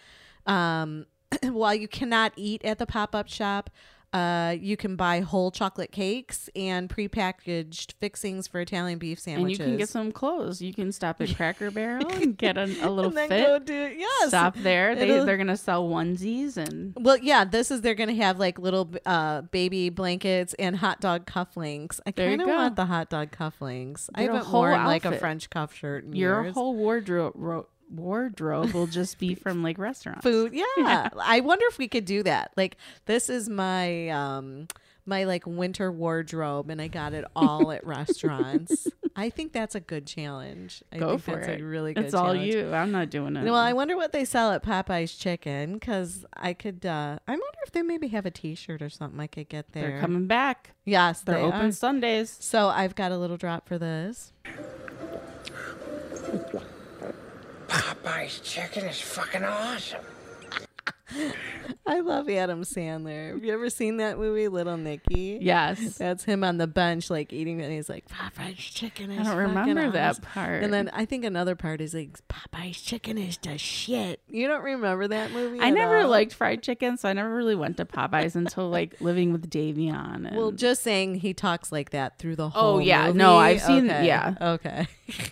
S4: Um, while you cannot eat at the pop up shop, uh, you can buy whole chocolate cakes and prepackaged fixings for Italian beef
S3: and
S4: sandwiches.
S3: you can get some clothes. You can stop at Cracker Barrel and get an, a little
S4: and then
S3: fit.
S4: go do yes.
S3: Stop there. They
S4: It'll-
S3: they're gonna sell onesies and
S4: Well, yeah, this is they're gonna have like little uh, baby blankets and hot dog cufflinks. I
S3: There you
S4: kind of
S3: go.
S4: want the hot dog cufflinks. I
S3: Get a
S4: haven't
S3: whole
S4: worn like a
S3: outfit.
S4: French cuff shirt in
S3: your
S4: years.
S3: whole wardrobe ro- wardrobe will just be from like restaurants.
S4: food. Yeah. I wonder if we could do that. Like this is my um my like winter wardrobe and I got it all at restaurants. I think that's a good challenge. I
S3: Go
S4: think
S3: for
S4: that's
S3: it.
S4: a really good
S3: It's all
S4: challenge.
S3: you. I'm not doing it.
S4: Well, I wonder what they sell at Popeye's Chicken because I could. Uh, I wonder if they maybe have a T-shirt or something I could get there.
S3: they're coming back.
S4: Yes,
S3: They're
S4: they
S3: open
S4: are.
S3: Sundays.
S4: So I've got a little drop for this.
S10: Popeye's chicken is fucking awesome.
S4: I love Adam Sandler. Have you ever seen that movie, Little Nicky?
S3: Yes.
S4: That's him on the bench, like eating, and he's like, Popeye's chicken is
S3: I don't
S4: fucking
S3: remember that
S4: awesome."
S3: part.
S4: And then I think another part is like, Popeye's chicken is the shit. You don't remember that movie?
S3: I
S4: at
S3: never
S4: all?
S3: liked fried chicken, so I never really went to Popeyes until like living with Davion. And
S4: Well, just saying he talks like that through the
S3: Oh,
S4: whole
S3: yeah.
S4: movie?
S3: No, I've seen-
S4: Okay.
S3: yeah.
S4: Okay.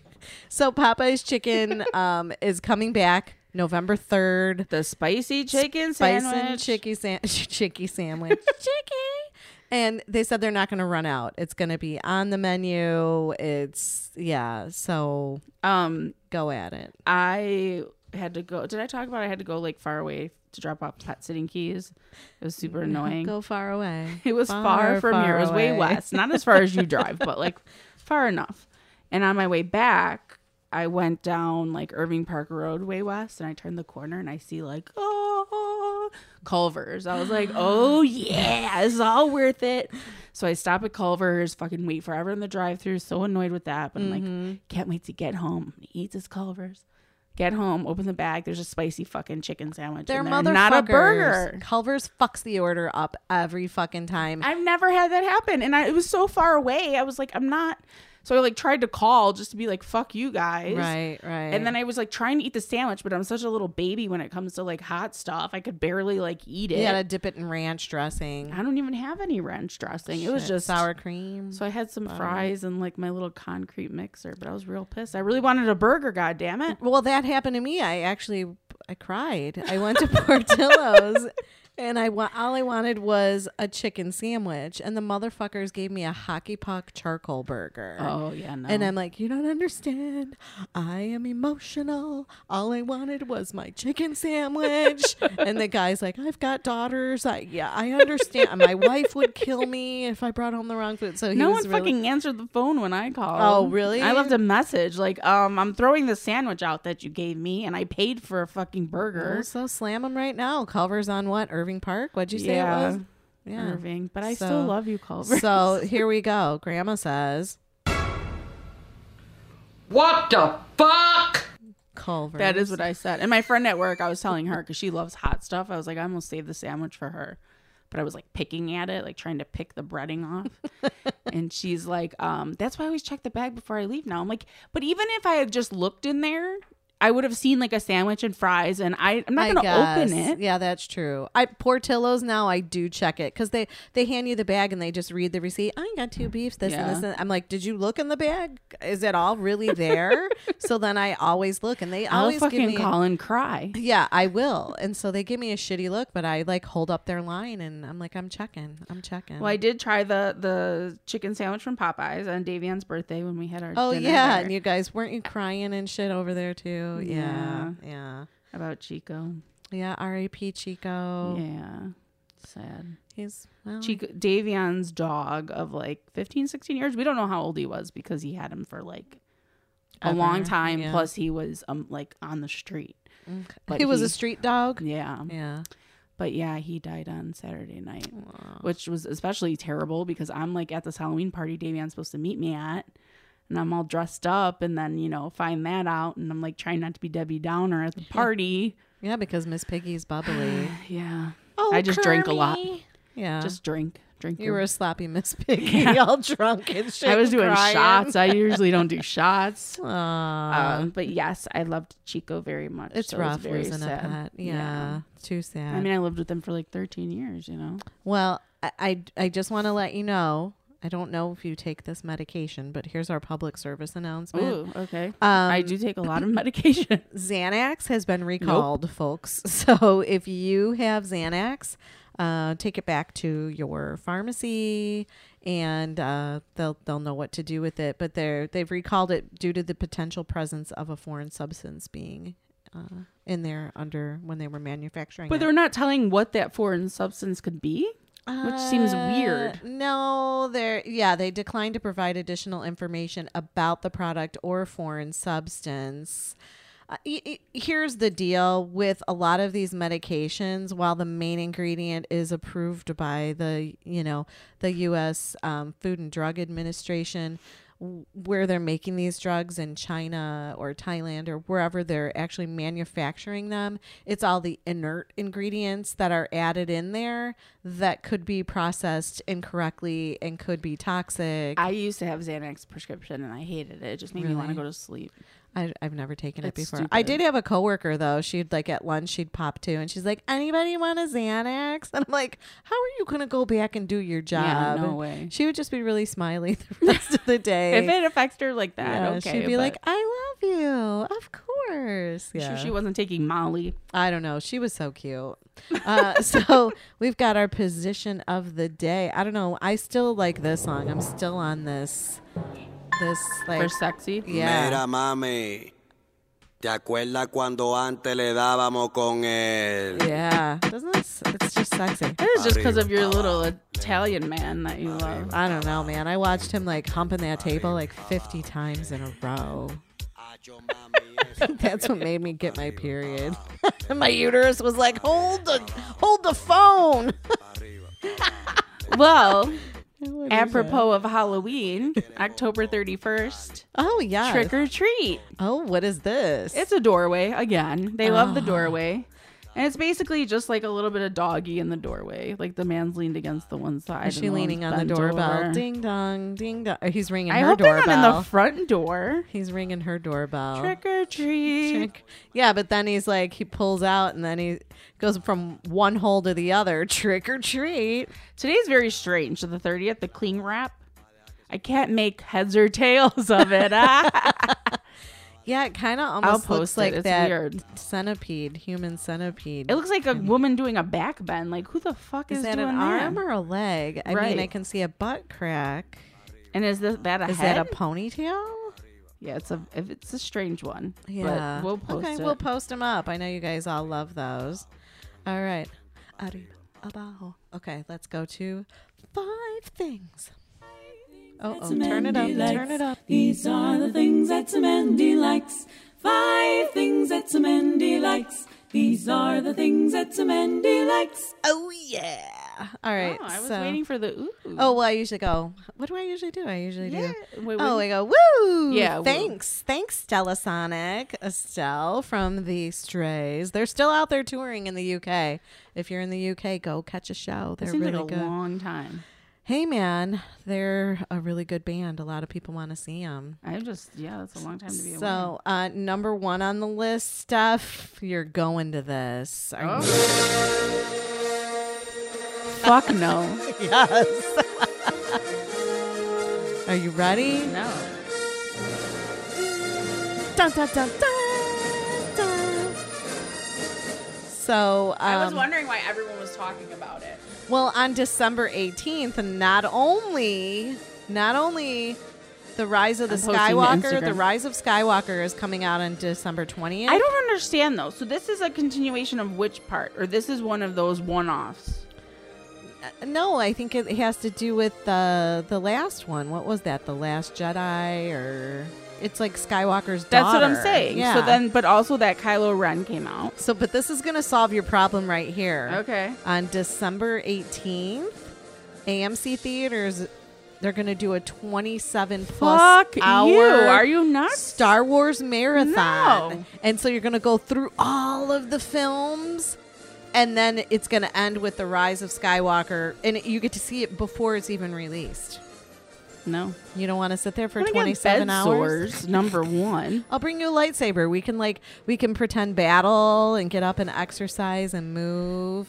S4: so Popeye's chicken um, is coming back November 3rd.
S3: the spicy chicken
S4: Bison
S3: sandwich.
S4: chicky san- chicky sandwich. chicky. And they said they're not going to run out. It's going to be on the menu. It's yeah. So
S3: Um,
S4: go at it.
S3: I had to go. Did I talk about I had to go like far away to drop off pet sitting keys? It was super annoying.
S4: Go far away.
S3: It was far, from here. It was way
S4: away.
S3: west, not as far as you drive, but like far enough. And on my way back, I went down like Irving Park Road way west, and I turned the corner and I see like oh Culver's. I was like, oh yeah, it's all worth it. So I stop at Culver's, fucking wait forever in the drive-through. So annoyed with that, but I'm
S4: Mm-hmm.
S3: like, can't wait to get home. and Eat this Culver's. Get home, open the bag. There's a spicy fucking chicken sandwich.
S4: They're
S3: in there,
S4: motherfuckers.
S3: not a burger.
S4: Culver's fucks the order up every fucking time.
S3: I've never had that happen. And I, it was so far away. I was like, I'm not. So I like tried to call just to be like, fuck you guys.
S4: right, right.
S3: And then I was like trying to eat the sandwich, but I'm such a little baby when it comes to like hot stuff. I could barely like eat it.
S4: you gotta dip it in ranch dressing.
S3: I don't even have any ranch dressing. It was
S4: Shit,
S3: just
S4: sour cream.
S3: So I had some fries and like my little concrete mixer, but I was real pissed. I really wanted a burger, god damn it.
S4: Well, that happened to me. I actually I cried. I went to Portillo's and I wa- all I wanted was a chicken sandwich, and the motherfuckers gave me a hockey puck charcoal burger.
S3: Oh, yeah, no.
S4: And I'm like, you don't understand. I am emotional. All I wanted was my chicken sandwich. and the guy's like, I've got daughters. I yeah, I understand. my wife would kill me if I brought home the wrong food. So he
S3: no one
S4: was really-
S3: fucking answered the phone when I called.
S4: Oh, really?
S3: I left a message like, um, I'm throwing the sandwich out that you gave me, and I paid for a fucking burger.
S4: Well, so slam them right now. Culver's on what? Irving Park? What'd you say it
S3: Yeah.
S4: was? Yeah.
S3: Irving, but I
S4: So-
S3: still love you, Culver.
S4: So here we go. Grandma says
S10: What the fuck?
S4: Culver.
S3: that is what I said. And my friend at work, I was telling her because she loves hot stuff. I was like, I almost saved the sandwich for her, but I was like picking at it, like trying to pick the breading off. and she's like, um, "That's why I always check the bag before I leave." Now I'm like, but even if I had just looked in there. I would have seen like a sandwich and fries, and I, I'm not
S4: I
S3: going to open
S4: guess.
S3: it.
S4: Yeah, that's true. I Portillo's now I do check it because they they hand you the bag and they just read the receipt. I got two beefs, this and this.
S3: Yeah.
S4: And I'm like, did you look in the bag? Is it all really there? so then I always look, and they
S3: I'll
S4: always give
S3: fucking
S4: me
S3: call and cry.
S4: Yeah, I will. And so they give me a shitty look, but I like hold up their line and I'm like, I'm checking. I'm checking.
S3: Well, I did try the the chicken sandwich from Popeyes on Davion's birthday when we had our
S4: oh
S3: dinner
S4: yeah,
S3: there
S4: and you guys weren't you crying and shit over there too? Yeah, yeah,
S3: about Chico.
S4: yeah. R.A.P. Chico.
S3: Yeah, sad.
S4: He's well,
S3: Chico Davion's dog of like 15, 16 years. We don't know how old he was because he had him for like a long
S4: Ever,
S3: time.
S4: yeah.
S3: Plus, he was um like on the street. But
S4: he was a
S3: he-
S4: street dog.
S3: Yeah.
S4: Yeah.
S3: But yeah, he died on Saturday night, which was especially terrible because I'm like at this Halloween party Davion's supposed to meet me at, and I'm all dressed up, and then you know find that out, and I'm like trying not to be Debbie Downer at the party.
S4: Yeah, because Miss Piggy's bubbly.
S3: yeah, I just drank a lot.
S4: yeah.
S3: Just drink, drink.
S4: Oh, you were a sloppy Miss Piggy, all drunk and shit.
S3: I was doing
S4: crying.
S3: shots. I usually don't do shots.
S4: Aw.
S3: Um, but yes, I loved Chico very much.
S4: it's
S3: so it was
S4: rough
S3: very
S4: losing
S3: sad.
S4: a pet. Yeah, Too sad.
S3: I mean, I lived with them for like 13 years, you know.
S4: Well, I, I, I just want to let you know. I don't know if you take this medication, but here's our public service announcement.
S3: Ooh, okay. I do take a lot of medication.
S4: Xanax has been recalled, folks. So if you have Xanax, uh, take it back to your pharmacy, and uh, they'll they'll know what to do with it. But they're they've recalled it due to the potential presence of a foreign substance being uh, in there under when they were manufacturing.
S3: But
S4: it.
S3: they're not telling what that foreign substance could be, which seems weird.
S4: Uh, No, they're yeah, they declined to provide additional information about the product or foreign substance. Uh, y- y- here's the deal with a lot of these medications while the main ingredient is approved by the you know the US um, Food and Drug Administration w- where they're making these drugs in China or Thailand or wherever they're actually manufacturing them, it's all the inert ingredients that are added in there that could be processed incorrectly and could be toxic. I,
S3: I used to have Xanax prescription and I hated it. It just made me want to go to sleep.
S4: I, have never taken it
S3: It's
S4: before. I
S3: stupid.
S4: did have a coworker though. She'd like at lunch, she'd pop two and she's like, anybody want a Xanax? And I'm like, how are you going to go back and do your
S3: Yeah,
S4: job?
S3: no
S4: And
S3: way.
S4: She would just be really smiley the rest of the day.
S3: If it affects her like that,
S4: Yeah,
S3: okay.
S4: she'd be
S3: but
S4: like, "I love you, of course."
S3: I'm
S4: Yeah,
S3: sure she wasn't taking Molly.
S4: I don't know. She was so cute. Uh, so we've got our position of the day. I don't know. I still like this song. I'm still on this. This like
S3: For sexy.
S4: yeah.
S9: Mira, mami. ¿Te acuerdas cuando antes le dábamos con él?
S4: Yeah, doesn't it? s- It's just sexy.
S3: That is just because of your little Italian man that you love.
S4: I don't know, man. I watched him like humping that table like 50 times in a row. That's what made me get my period. my uterus was like, "Hold the, hold the phone."
S3: Well,
S4: Oh, What is
S3: apropos of Halloween, October 31st,
S4: Oh yeah.
S3: trick or treat.
S4: Oh, what is this?
S3: It's a doorway again. They love
S4: Ah.
S3: the doorway. And it's basically just like a little bit of doggy in the doorway. Like the man's leaned against the one side.
S4: is
S3: and
S4: she
S3: the one's
S4: leaning on the
S3: bent
S4: doorbell?
S3: over.
S4: Ding dong, ding dong. Or he's ringing
S3: Oh, I
S4: her
S3: hope they're
S4: doorbell.
S3: not in the front door.
S4: he's ringing her doorbell.
S3: Trick or treat.
S4: Trick. Yeah, but then he's like he pulls out and then he goes from one hole to the other. Trick or treat.
S3: Today's very strange. The 30th, the cling wrap. I can't make heads or tails of it. Ah.
S4: Yeah, it kind of almost
S3: post
S4: looks
S3: it.
S4: like
S3: It's
S4: that
S3: weird.
S4: centipede, human centipede.
S3: It looks like a woman doing a back bend. Like who the fuck is,
S4: is that
S3: doing
S4: an
S3: that?
S4: arm or a leg? I
S3: Right.
S4: mean, I can see a butt crack.
S3: And is this, that a
S4: Is
S3: head?
S4: that a ponytail?
S3: yeah, it's a if it's a strange one.
S4: Yeah.
S3: but we'll post
S4: okay,
S3: it.
S4: we'll post them up. I know you guys all love those. All right. Arriba, abajo. Okay, let's go to five things. Oh, oh turn it up. Turn it up.
S2: These are the things that Samandi likes. Five things that Samandi likes. These are the things that Samandi likes.
S4: Oh, yeah. All right.
S3: Oh, I was
S4: so-
S3: waiting for the ooh.
S4: Oh, well, I usually go. What do I usually do? I usually do.
S3: Wait,
S4: oh,
S3: wait.
S4: I go, woo!
S3: Yeah, woo.
S4: Thanks. Thanks, Stella Sonic, Estelle from the Strays. They're still out there touring in the UK. If you're in the UK, go catch a show.
S3: it
S4: They're
S3: seems
S4: really
S3: like a
S4: good.
S3: long time.
S4: hey, man, they're a really good band. A lot of people want to see them.
S3: I just yeah, that's a long time to be away.
S4: So, uh, number one on the list, Steph, you're going to this. Are you-
S3: fuck no,
S4: Yes.
S3: Oh.
S4: Are you ready?
S3: no.
S4: Dun, dun, dun, dun, dun. So, um,
S3: I was wondering why everyone was talking about it.
S4: well, on December 18th, and not only, not only the Rise of the
S3: I'm posting to
S4: Skywalker, the
S3: Instagram.
S4: Rise of Skywalker is coming out on December 20th.
S3: I don't understand though. So this is a continuation of which part, or this is one of those one-offs.
S4: No, I think it has to do with the the last one. What was that? The Last Jedi, or it's like Skywalker's daughter.
S3: That's what I'm saying.
S4: Yeah.
S3: So then, but also that Kylo Ren came out.
S4: so but this is gonna solve your problem right here.
S3: Okay.
S4: On December 18th, AMC theaters they're gonna do a 27 plus
S3: Fuck you.
S4: hour.
S3: Are you nuts?
S4: Star Wars marathon,
S3: No.
S4: and so you're gonna go through all of the films. And then it's going to end with the rise of Skywalker, and it- you get to see it before it's even released.
S3: No.
S4: You don't want to sit there for
S3: I'm gonna get
S4: 27
S3: bed
S4: hours.
S3: sores, number one.
S4: I'll bring you a lightsaber. We can like we can pretend battle and get up and exercise and move.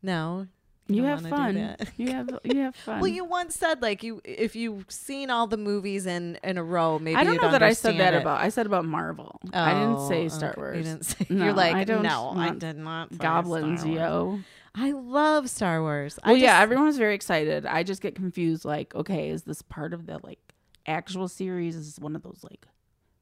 S4: No,
S3: You
S4: don't
S3: have
S4: wanna do
S3: fun.
S4: that.
S3: You have you have fun.
S4: Well, you once said like you if you've seen all the movies in in a row, maybe
S3: I don't
S4: you'd
S3: know that I said that
S4: understand it.
S3: about. I said about Marvel. I didn't
S4: Oh,
S3: say Star
S4: okay.
S3: Wars.
S4: You didn't say.
S3: No,
S4: You're like
S3: I don't
S4: no, I
S3: want
S4: did not. say
S3: Goblins,
S4: Star Wars."
S3: yo.
S4: I love Star Wars. I
S3: Well, yeah,
S4: just-
S3: everyone's very excited. I just get confused. Like, okay, is this part of the like actual series? Is this one of those like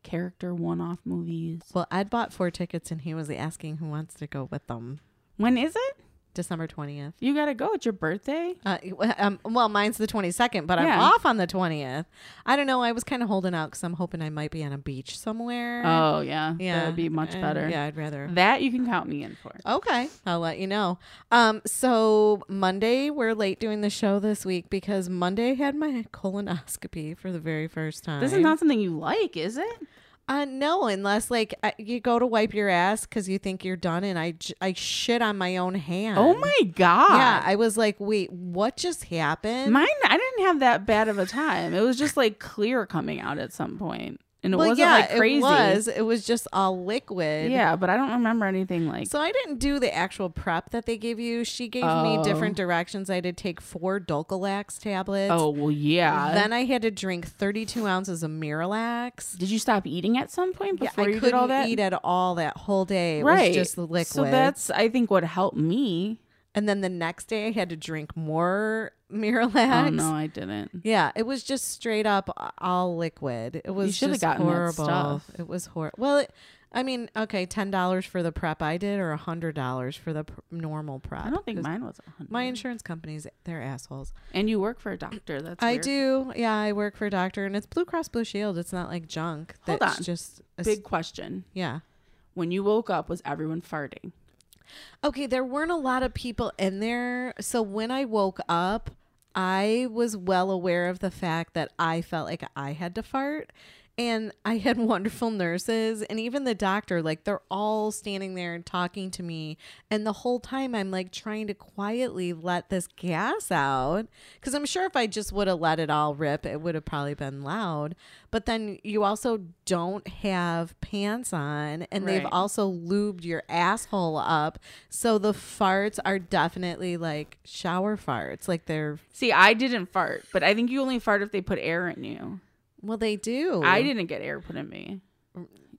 S3: character one-off movies?
S4: Well, I'd bought four tickets, and he was asking who wants to go with them.
S3: When is it?
S4: December twentieth.
S3: You gotta go. It's your birthday.
S4: Uh, w- um, well, mine's the 22nd, but I'm
S3: Yeah.
S4: off on the 20th. I don't know. I was kind of holding out because I'm hoping I might be on a beach somewhere.
S3: Oh yeah,
S4: yeah.
S3: that'd be much
S4: Uh,
S3: better.
S4: Yeah, I'd rather.
S3: that you can count me in for.
S4: Okay, I'll let you know. Um, so Monday we're late doing the show this week because Monday had my colonoscopy for the very first time.
S3: This is not something you like, is it?
S4: Uh, no, unless like I, you go to wipe your ass because you think you're done, and I j- I shit on my own hand.
S3: Oh my god.
S4: Uh, Yeah, I was like, wait, what just happened?
S3: Mine, I didn't have that bad of a time. It was just like clear coming out at some point, and it
S4: well,
S3: wasn't
S4: yeah,
S3: like crazy.
S4: it was. It was just all liquid.
S3: Yeah, but I don't remember anything like.
S4: So I didn't do the actual prep that they gave you. She gave
S3: Oh.
S4: me different directions. I had to take four Dulcolax tablets.
S3: oh well, yeah.
S4: Then I had to drink 32 ounces of Miralax.
S3: Did you stop eating at some point
S4: Yeah,
S3: before
S4: I
S3: you
S4: couldn't
S3: did all that?
S4: eat at all that whole day. It
S3: right.
S4: was just the liquid.
S3: So that's I think what helped me.
S4: and then the next day I had to drink more Miralax.
S3: Oh no, I didn't.
S4: Yeah, it was just straight up a- all liquid. It was
S3: shoulda
S4: just
S3: gotten that
S4: horrible.
S3: stuff.
S4: It was horrible. Well, it, I mean, okay, ten dollars for the prep I did, or hundred dollars for the pr- normal prep.
S3: I don't think
S4: 'Cause
S3: mine was a hundred.
S4: My insurance companies, they're assholes.
S3: and you work for a doctor. That's
S4: I
S3: weird.
S4: do. Yeah, I work for a doctor, and it's Blue Cross Blue Shield. It's not like junk.
S3: Hold
S4: that's
S3: on.
S4: just a s-
S3: Big question:
S4: Yeah.
S3: When you woke up, was everyone farting?
S4: Okay, there weren't a lot of people in there. So when I woke up, I was well aware of the fact that I felt like I had to fart. And I had wonderful nurses and even the doctor, like they're all standing there and talking to me. And the whole time I'm like trying to quietly let this gas out. Cause I'm sure if I just would have let it all rip, it would have probably been loud. But then you also don't have pants on and they've
S3: Right.
S4: all also lubed your asshole up. So the farts are definitely like shower farts. Like they're,
S3: See, I didn't fart, but I think you only fart if they put air in you.
S4: well, they do.
S3: I didn't get air put in me.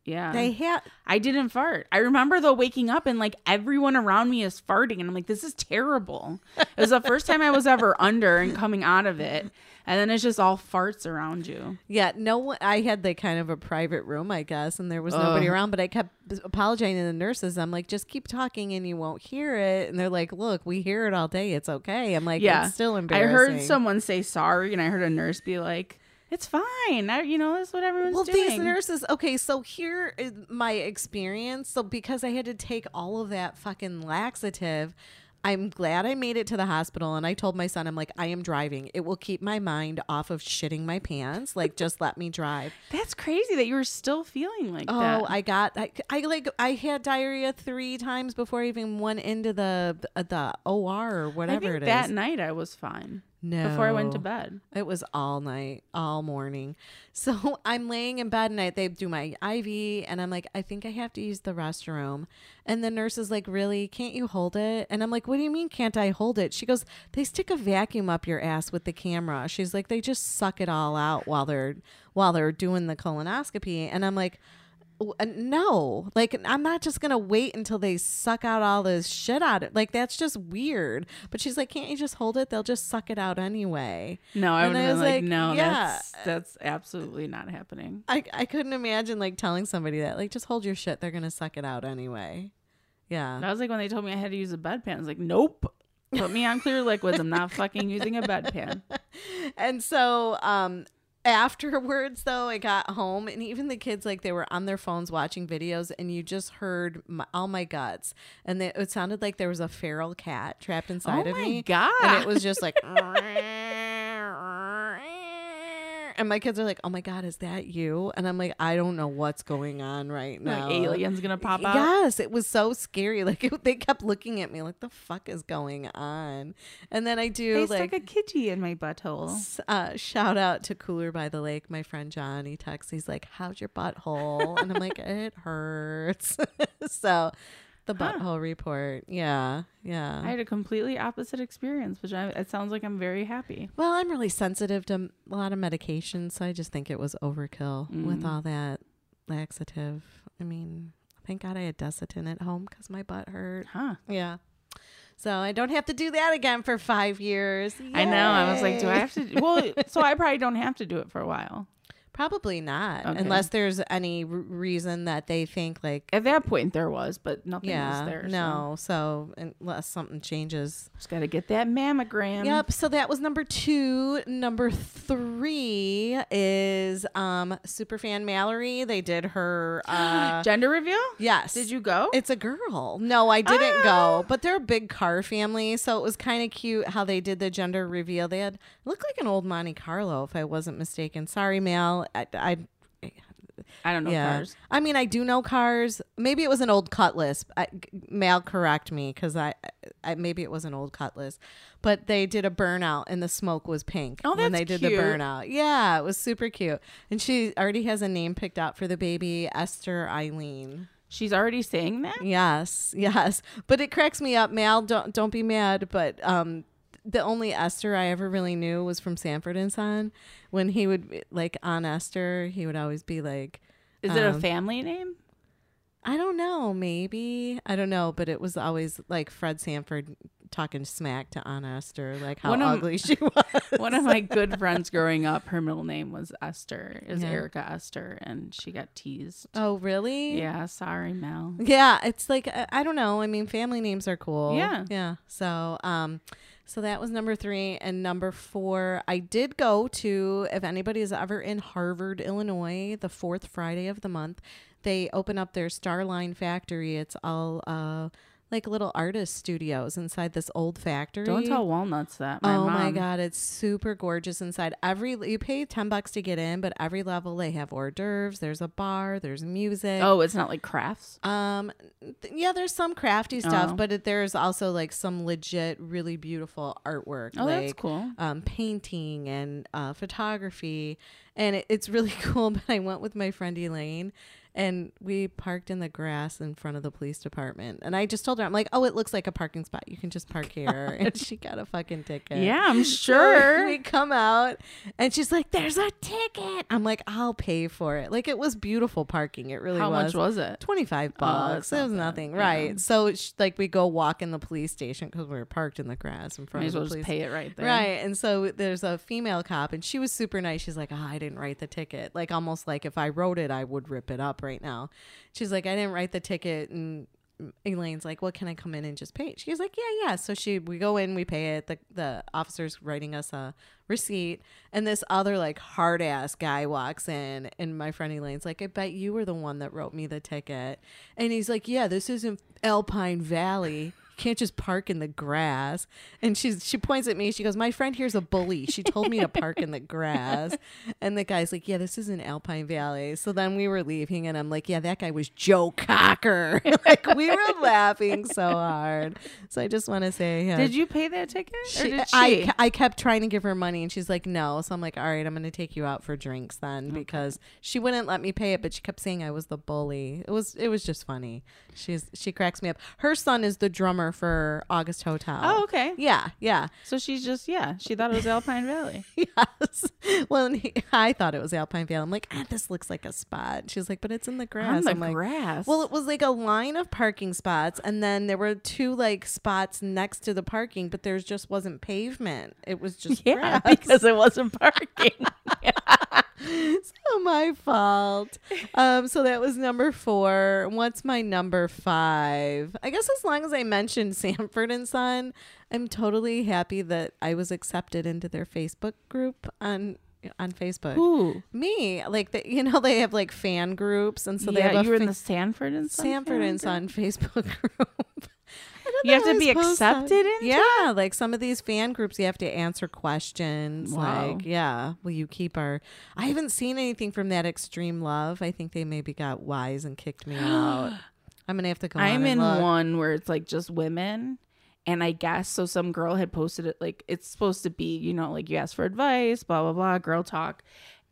S3: Yeah.
S4: Mm. They have
S3: I didn't fart. I remember though waking up and like everyone around me is farting and I'm like this is terrible. It was the first time I was ever under and coming out of it. And then it's just all farts around you.
S4: Yeah, no one. I had like kind of a private room, I guess, and there was nobody around. But I kept apologizing to the nurses. I'm like, just keep talking, and you won't hear it. And they're like, look, we hear it all day. It's okay. I'm like, yeah,
S3: Yeah.
S4: it's still
S3: I
S4: embarrassing.
S3: heard someone say sorry and I heard a nurse be like it's fine. I, you know, that's what everyone's
S4: Well,
S3: doing.
S4: these nurses. Okay, so here is my experience. So because I had to take all of that fucking laxative, I'm glad I made it to the hospital. And I told my son, I'm like, I am driving. It will keep my mind off of shitting my pants. Like, just let me drive.
S3: That's crazy that you were still feeling like
S4: Oh,
S3: that.
S4: I got I, I like I had diarrhea three times before I even went into the uh, the OR or
S3: I
S4: whatever
S3: think
S4: it is.
S3: that night I was fine. Before I went to
S4: No.
S3: bed.
S4: It was all night, all morning. So I'm laying in bed and I, they do my IV and I'm like, I think I have to use the restroom. And the nurse is like, Really? Can't you hold it? And I'm like, What do you mean can't I hold it? She goes, They stick a vacuum up your ass with the camera. She's like, They just suck it all out while they're while they're doing the colonoscopy. And I'm like, w- uh, no like i'm not just gonna wait until they suck out all this shit out of like that's just weird but she's like can't you just hold it they'll just suck it out anyway
S3: No, I
S4: And
S3: would have been
S4: was
S3: like, no,
S4: yeah
S3: that's that's absolutely not happening.
S4: I, I couldn't imagine like telling somebody that like just hold your shit they're gonna suck it out anyway yeah
S3: That was like when they told me I had to use a bedpan. I was like, nope. Put me on clear liquids. I'm not fucking using a bedpan.
S4: and so um afterwards though i got home and even the kids like they were on their phones watching videos and you just heard my, all my guts and they, it sounded like there was a feral cat trapped inside
S3: Oh
S4: of
S3: my
S4: me
S3: God.
S4: and it was just like and my kids are like oh my god is that you and i'm like i don't know what's going on right now
S3: Like aliens gonna pop out.
S4: Yes, it was so scary. Like it, they kept looking at me like, "The fuck is going on?" And then I do
S3: They
S4: like
S3: stuck a kitty in my butthole.
S4: s- uh, shout out to Cooler by the Lake. My friend John, he texts, he's like, How's your butthole? And I'm like, It hurts. so the butthole report. Yeah. Yeah.
S3: I had a completely opposite experience, which I, it sounds like I'm very happy.
S4: well, I'm really sensitive to m- a lot of medication. So I just think it was overkill
S3: Mm.
S4: with all that laxative. I mean, thank God I had Desitin at home because my butt hurt.
S3: Huh.
S4: Yeah. So I don't have to do that again for five years.
S3: I know. I was like, do I
S4: Yay.
S3: have to? Well, so I probably don't have to do it for a while.
S4: Probably not,
S3: Okay.
S4: unless there's any r- reason that they think like,
S3: At that point, there was, but nothing
S4: yeah,
S3: was there. so.
S4: no. So. unless something changes,
S3: just gotta get that mammogram.
S4: yep. So that was number two. Number three is um superfan Mallory. They did her. Uh,
S3: Gender reveal?
S4: yes.
S3: Did you go? Oh.
S4: It's a girl. No, I didn't go, but they're a big car family, so it was kind of cute how they did the gender reveal. They had it looked like an old Monte Carlo, if I wasn't mistaken. Sorry, Mal. I, I
S3: I don't know
S4: yeah.
S3: cars.
S4: I mean, I do know cars. Maybe it was an old Cutlass. I, g- Mal, correct me, because I, I maybe it was an old Cutlass, but they did a burnout and the smoke was pink.
S3: Oh,
S4: when
S3: that's
S4: they did the
S3: cute.
S4: burnout. Yeah, it was super cute, and she already has a name picked out for the baby, Esther Eileen.
S3: She's already saying that.
S4: Yes, yes. But it cracks me up, Mal. Don't don't be mad. But um, the only Esther I ever really knew was from Sanford and Son. When he would like on Esther, he would always be like,
S3: Is it a
S4: Um,
S3: family name?
S4: I don't know, maybe I don't know. But it was always like Fred Sanford talking smack to on Esther, like how
S3: One of-
S4: ugly she was.
S3: One of my good friends growing up, her middle name was Esther, is
S4: Yeah.
S3: Erica Esther, and she got teased.
S4: oh, really?
S3: Yeah, sorry, Mel.
S4: Yeah, it's like I I don't know. I mean, family names are cool.
S3: Yeah.
S4: yeah. So, um, so that was number three and number four. I did go to if anybody's ever in Harvard, Illinois, the fourth Friday of the month, they open up their Starline factory. It's all uh like little artist studios inside this old factory
S3: Don't tell Walnuts that. My
S4: oh
S3: mom,
S4: my god, it's super gorgeous inside. Every you pay ten bucks to get in, but every level they have hors d'oeuvres. There's a bar. There's music.
S3: Oh, it's not like crafts.
S4: Um, th- yeah, there's some crafty stuff,
S3: Oh.
S4: but it, there's also like some legit, really beautiful artwork.
S3: Oh,
S4: like,
S3: that's cool.
S4: Um, painting and uh, photography, and it, it's really cool. But I went with my friend Elaine, and we parked in the grass in front of the police department. And I just told her, I'm like, oh, it looks like a parking spot. You can just park here. And she got a fucking ticket.
S3: Yeah, I'm
S4: So
S3: sure.
S4: we come out and she's like, there's a ticket. I'm like, I'll pay for it. Like, it was beautiful parking. It really
S3: How
S4: was.
S3: much was it? Oh,
S4: 25 bucks. it was nothing. Right. So, sh like, we go walk in the police station because we were parked in the grass in front
S3: May
S4: of
S3: as
S4: the
S3: well just
S4: police.
S3: pay it right there.
S4: Right. And so there's a female cop, and she was super nice. She's like, oh, I didn't write the ticket. Like, almost like if I wrote it, I would rip it up right now. She's like, I didn't write the ticket. And Elaine's like, Well, can I come in and just pay it? She's like, Yeah, yeah. So she, we go in, we pay it. The, the officer's writing us a receipt. And this other, like, hard ass guy walks in, and my friend Elaine's like, I bet you were the one that wrote me the ticket. And he's like, Yeah, this isn't Alpine Valley can't just park in the grass. And she's she points at me. She goes, "My friend here's a bully. She told me to park in the grass." And the guy's like, "Yeah, this is in Alpine Valley." So then we were leaving, and I'm like, "Yeah, that guy was Joe Cocker." like we were laughing so hard. So I just want to say, yeah,
S3: Did you pay that ticket? or
S4: she-
S3: did she?
S4: I, I kept trying to give her money and she's like, no. So I'm like, all right, I'm going to take you out for drinks then because she wouldn't let me pay it, but she kept saying I was the bully. It was it was just funny. She's She cracks me up. Her son is the drummer for August Hotel.
S3: Oh, okay.
S4: Yeah, yeah.
S3: so she's just yeah. She thought it was Alpine Valley.
S4: Yes. Well, and he, I thought it was Alpine Vale. I'm like, ah, this looks like a spot. She's like, but it's in the grass.
S3: the
S4: I'm like,
S3: grass.
S4: Well, it was like a line of parking spots, and then there were two like spots next to the parking, but there just wasn't pavement. It was just
S3: Yeah,
S4: grass.
S3: because it wasn't parking.
S4: so Oh, my fault. Um, so that was number four. What's my number five? I guess as long as I mentioned Sanford and Son, I'm totally happy that I was accepted into their Facebook group on on Facebook.
S3: Who?
S4: Me, like the, you know, they have like fan groups, and so they
S3: yeah,
S4: have a
S3: you were in
S4: fa-
S3: the Sanford and Son.
S4: Sanford and
S3: fan
S4: Son Facebook group. I don't
S3: You
S4: know
S3: have
S4: how
S3: to
S4: I
S3: be
S4: suppose that-
S3: accepted into
S4: yeah, like some of these fan groups, you have to answer questions.
S3: Wow.
S4: Like, yeah, will you keep our? I haven't seen anything from that Extreme Love. I think they maybe got wise and kicked me out. I'm gonna have to go. on
S3: I'm
S4: and
S3: in
S4: look.
S3: one where it's like just women. And I guess so. Some girl had posted it like it's supposed to be, you know, like you ask for advice, blah blah blah, girl talk.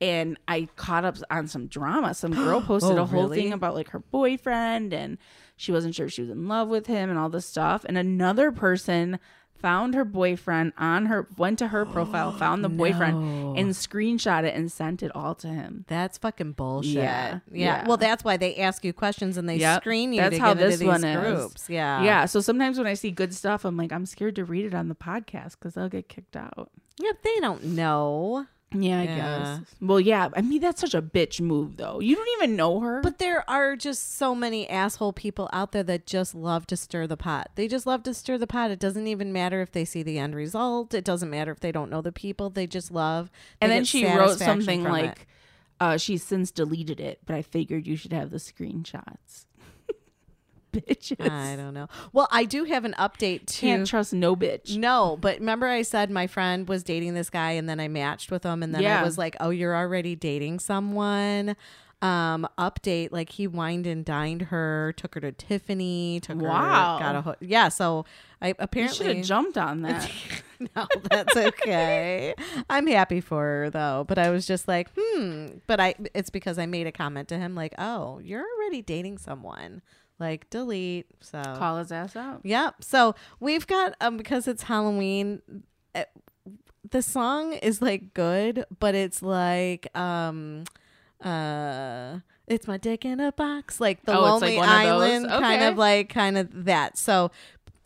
S3: And I caught up on some drama. Some girl posted
S4: Oh,
S3: a whole
S4: really?
S3: thing about like her boyfriend, and she wasn't sure if she was in love with him, and all this stuff. And another person found her boyfriend on her went to her profile, found the boyfriend, and screenshot it and sent it all to him.
S4: That's fucking bullshit. Yeah.
S3: Yeah, yeah.
S4: Well, that's why they ask you questions and they
S3: Yep.
S4: screen you
S3: That's
S4: to
S3: how
S4: get into
S3: this
S4: these
S3: one is.
S4: groups. Yeah.
S3: Yeah. So sometimes when I see good stuff, I'm like, I'm scared to read it on the podcast because I'll get kicked out.
S4: Yeah. They don't know.
S3: Yeah, I
S4: Yeah.
S3: guess. Well, yeah. I mean, that's such a bitch move, though. You don't even know her.
S4: But there are just so many asshole people out there that just love to stir the pot. They just love to stir the pot. It doesn't even matter if they see the end result. It doesn't matter if they don't know the people. They just love. they
S3: and then
S4: get
S3: she wrote
S4: satisfaction
S3: something
S4: from it.
S3: like, uh, "She's since deleted it, but I figured you should have the screenshots." Bitches
S4: I don't know. Well, I do have an update too.
S3: can't trust no bitch.
S4: No, but remember I said my friend was dating this guy and then I matched with him and then I
S3: Yeah.
S4: was like, "Oh, you're already dating someone." Um, update like he wined and dined her, took her to Tiffany, took
S3: Wow.
S4: her got a ho- yeah. So I
S3: You should
S4: apparently
S3: have jumped on that.
S4: no, that's okay. I'm happy for her though, but I was just like, hmm. But I, it's because I made a comment to him like, "Oh, you're already dating someone." Like delete. So
S3: Call his ass out.
S4: Yep. So we've got um because it's Halloween. uh, The song is like good, but it's like um uh it's my dick in a box, like the
S3: Oh, it's
S4: Lonely
S3: like one of those?
S4: Island kind
S3: Okay.
S4: of like kind of that. So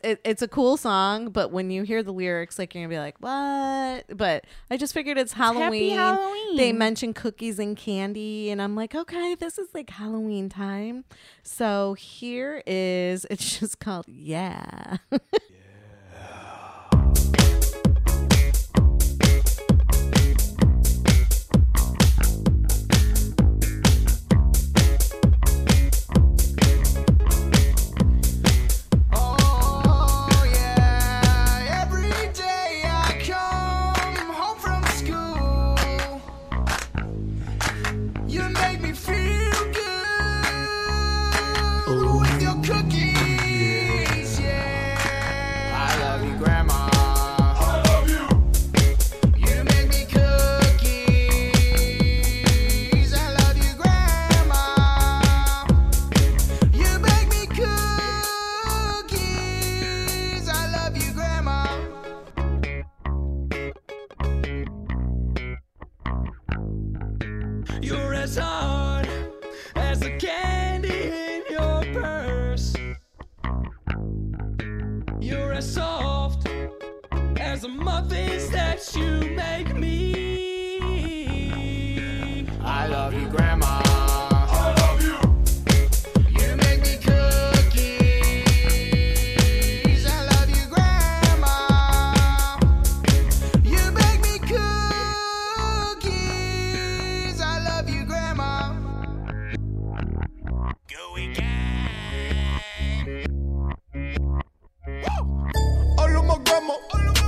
S4: it, it's a cool song, but when you hear the lyrics, like you're gonna be like, "What?" But I just figured it's Halloween.
S3: Halloween.
S4: They mention cookies and candy, and I'm like, "Okay, this is like Halloween time." So here is it's just called "Yeah."
S9: Oh yeah, every day I come home from school. You make me feel good with your cookies, yeah. There's a muffins that you make me. I love you, Grandma. I love you. You make me cookies. I love you, Grandma. You make me cookies. I love you, Grandma. Go again. I love my grandma. I love my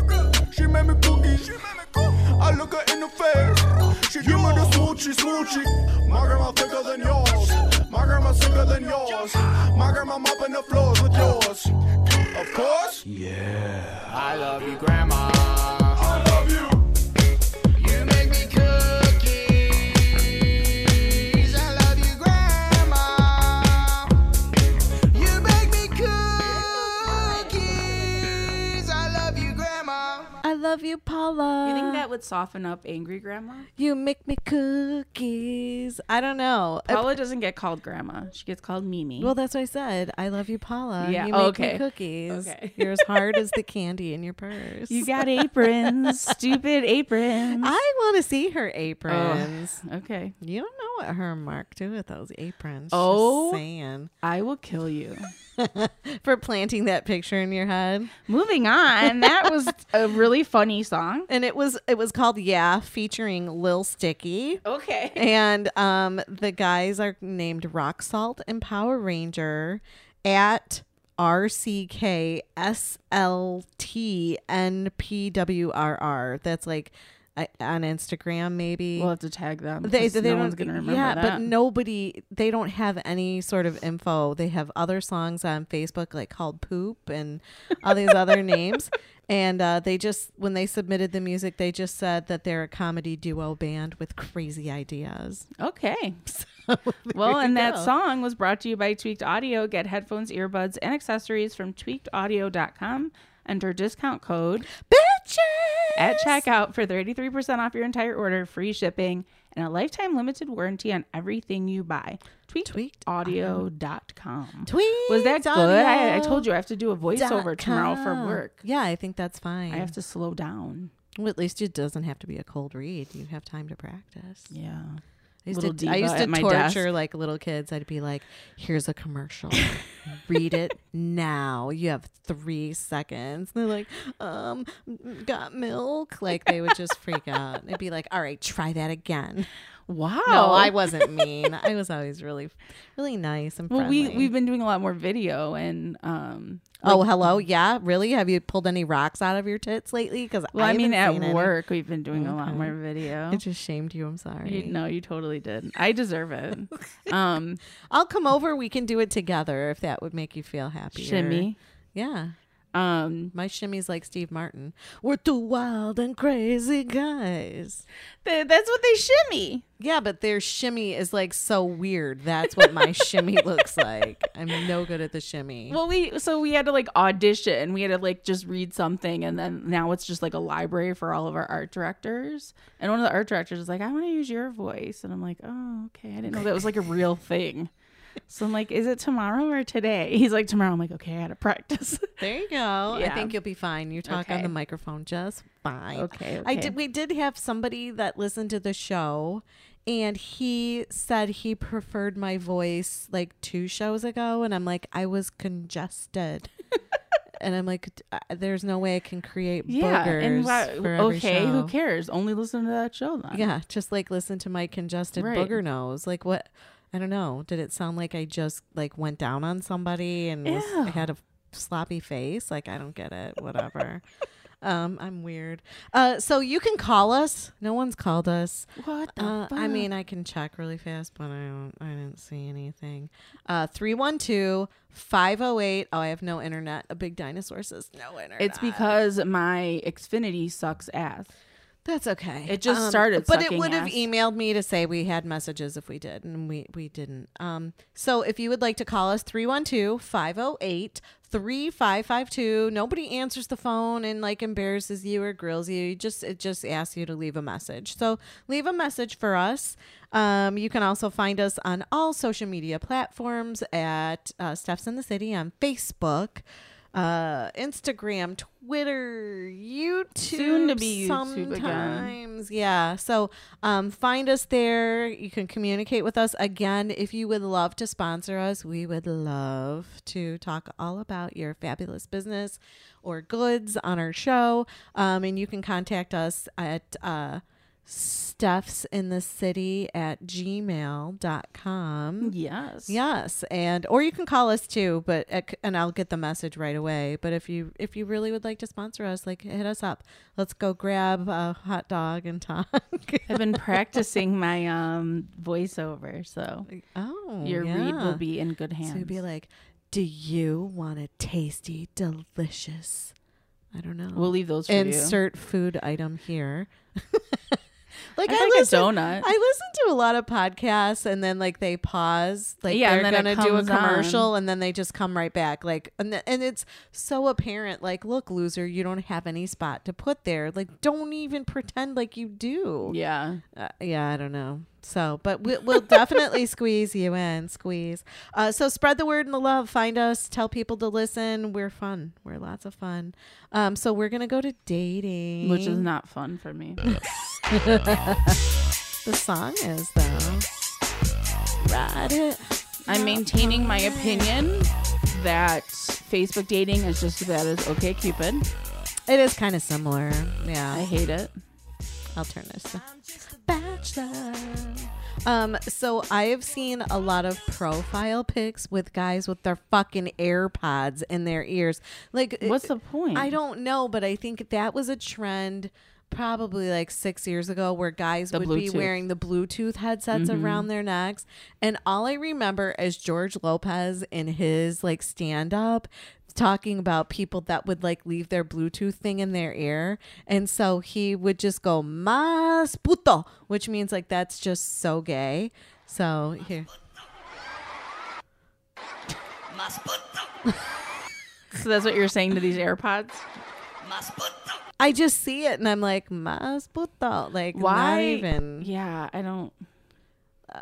S9: grandma. She made me cookies. She made me cookies. I look her in the face. She give me the smoochy, smoochy. My grandma thicker than yours. My grandma sicker than yours. My grandma mopping the floors with yours. Of course. Yeah. I love you, grandma. I love you. You make me cookies. I love you, grandma. You make me cookies. I love you, Grandma.
S4: I love you, Paula.
S3: You think that would soften up angry grandma?
S4: You make me cookies. I don't know. Uh,
S3: Paula doesn't get called grandma. She gets called Mimi.
S4: well, that's what I said. I love you, Paula.
S3: Yeah,
S4: You make
S3: okay.
S4: me cookies.
S3: Okay.
S4: You're as hard as the candy in your purse.
S3: you got aprons, stupid aprons.
S4: I want to see her aprons.
S3: okay.
S4: You don't know what her and Mark do with those aprons.
S3: Oh.
S4: Just saying.
S3: I will kill you.
S4: For planting that picture in your head.
S3: Moving on. That was a really funny song.
S4: And it was it was called Yeah, featuring Lil Sticky.
S3: Okay.
S4: And um the guys are named Rock Salt and Power Ranger at RCK SLT NPWRR. That's like I, on Instagram maybe.
S3: We'll have to tag them.
S4: they,
S3: 'cause
S4: they
S3: no
S4: don't,
S3: one's gonna remember
S4: yeah, but
S3: that.
S4: nobody. They don't have any sort of info. They have other songs on Facebook, like called "Poop" and all these other names. And uh, they just, when they submitted the music, they just said that they're a comedy duo band with crazy ideas.
S3: Okay.
S4: There
S3: Well,
S4: you
S3: and that
S4: go.
S3: song was brought to you by Tweaked Audio. Get headphones, earbuds, and accessories from tweakedaudio.com under discount code
S4: bitches.
S3: at checkout for 33% off your entire order, free shipping, and a lifetime limited warranty on everything you buy. Tweakedaudio.com.
S4: Tweet.
S3: Was that good? I, I told you I have to do a voiceover
S4: over
S3: tomorrow for work.
S4: Yeah, I think that's fine.
S3: I have to slow down.
S4: Well, at least it doesn't have to be a cold read. You have time to practice.
S3: Yeah.
S4: I used
S3: Little
S4: to, I
S3: diva
S4: used to
S3: at my
S4: torture
S3: desk.
S4: like little kids. I'd be like, "Here's a commercial. Read it now. You have three seconds." And they're like, "Um, got milk." Like they would just freak out. It'd be like, "All right, try that again."
S3: Wow.
S4: No, I wasn't mean. I was always really, really nice and
S3: Well,
S4: friendly.
S3: we, we've been doing a lot more video and um,
S4: oh, hello, yeah, really? Have you pulled any rocks out of your tits lately? Because
S3: Well, I, mean, at
S4: haven't seen any.
S3: work, we've been doing a lot
S4: Okay.
S3: more video.
S4: I just shamed you. I'm sorry.
S3: You- no, you totally did. I deserve it. Um,
S4: I'll come over. We can do it together if that would make you feel happy.
S3: shimmy.
S4: Yeah.
S3: Um,
S4: My shimmy's like Steve Martin. We're two wild and crazy guys.
S3: th- that's what they shimmy.
S4: Yeah, but their shimmy is like so weird. That's what my shimmy looks like. I'm no good at the shimmy.
S3: Well, we so we had to like audition. We had to like just read something, and then now it's just like a library for all of our art directors. And one of the art directors is like, "I want to use your voice," and I'm like, "Oh, okay. I didn't know that was like a real thing." So I'm like, "Is it tomorrow or today?" He's like, "Tomorrow." I'm like, "Okay, I had to practice."
S4: there you go.
S3: Yeah.
S4: I think you'll be fine. You talk on
S3: Okay.
S4: the microphone just fine.
S3: Okay,
S4: I
S3: okay.
S4: did we did have somebody that listened to the show and he said he preferred my voice like two shows ago and I'm like I was congested. and I'm like "D- uh, there's no way I can create
S3: yeah,
S4: boogers
S3: and why-
S4: for every
S3: okay,
S4: show.
S3: who cares? Only listen to that show then.
S4: Yeah, just like listen to my congested
S3: Right.
S4: booger nose. Like what? I don't know. Did it sound like I just like went down on somebody and was, I had a sloppy face? Like I don't get it. Whatever. um, I'm weird. Uh, so you can call us. No one's called us.
S3: What the
S4: Uh, I
S3: fuck?
S4: mean, I can check really fast, but I don't. I didn't see anything. Uh, 312 508 Oh, I have no internet. A big dinosaur says no internet.
S3: It's because my Xfinity sucks ass.
S4: That's okay. Um,
S3: It just started
S4: but it
S3: sucking
S4: would have
S3: ass.
S4: emailed me to say we had messages if we did, and we we didn't. Um, so if you would like to call us 312-508-3552. Nobody answers the phone and like embarrasses you or grills you. You Just it just asks you to leave a message. So leave a message for us. Um, you can also find us on all social media platforms at uh, Steph's in the City on Facebook uh, Instagram, Twitter, you YouTube
S3: Soon to be YouTube again.
S4: sometimes. Yeah. So um, find us there. You can communicate with us again if you would love to sponsor us. We would love to talk all about your fabulous business or goods on our show. Um, and you can contact us at uh, stuffs in the city at gmail.com.
S3: Yes.
S4: Yes, and or you can call us too, but uh, and I'll get the message right away. But if you if you really would like to sponsor us, like hit us up. Let's go grab a hot dog and talk.
S3: I've been practicing my um voiceover, so
S4: oh,
S3: your read will
S4: yeah.
S3: be in good
S4: So
S3: hands.
S4: you'd be like, "Do you want a tasty, delicious? I don't know.
S3: we'll leave those for you.
S4: e- insert food item here." like
S3: I'd like a donut.
S4: I listen to a lot of podcasts and then like they pause, like
S3: Yeah, and
S4: they're
S3: then it
S4: gonna do a
S3: comes on.
S4: commercial and then they just come right back. Like and th- and it's so apparent. Like, look, loser, you don't have any spot to put there. Like, don't even pretend like you do.
S3: Yeah.
S4: Uh, yeah, I don't know. So, but we, we'll definitely squeeze you in, squeeze. Uh, so spread the word and the love. Find us. Tell people to listen. We're fun. We're lots of fun. Um, so we're gonna go to dating,
S3: Which is not fun for me.
S4: the song is though. Ride it.
S3: I'm maintaining my opinion that Facebook dating is just as bad as OK Cupid.
S4: It is kind of similar.
S3: I
S4: Yeah,
S3: hate it.
S4: alternative. Bachelor. Um, so I have seen a lot of profile pics with guys with their fucking AirPods in their ears. Like,
S3: What's the point?
S4: I don't know, but I think that was a trend probably like six years ago where guys
S3: The
S4: would be
S3: Bluetooth. Mm-hmm.
S4: wearing the Bluetooth headsets around their necks. And all I remember is George Lopez in his like stand up talking about people that would like leave their Bluetooth thing in their ear. And so he would just go, Mas puto, which means like that's just so gay. So here.
S3: So that's what you're saying to these AirPods?
S4: I just see it and I'm like, Mas puto. Like,
S3: Why?
S4: why even?
S3: Yeah, I don't.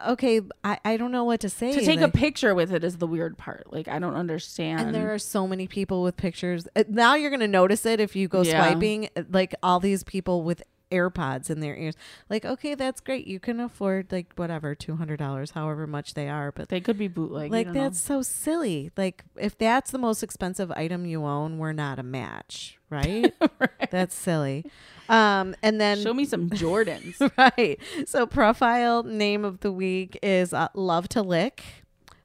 S4: okay, I, I don't know what to say.
S3: To take a
S4: like-
S3: picture with it is the weird part. Like, I don't understand.
S4: And there are so many people with pictures. Uh, Now you're going to notice it if you go
S3: Yeah.
S4: swiping, uh, like all these people with AirPods in their ears. Like, okay, that's great. You can afford like whatever, $200, however much they are. But
S3: they could be bootleg.
S4: like, that's so silly. Like, if that's the most expensive item you own, we're not a match, right? That's silly. Um, and then
S3: Show me some Jordans.
S4: right. So profile name of the week is uh, Love to Lick,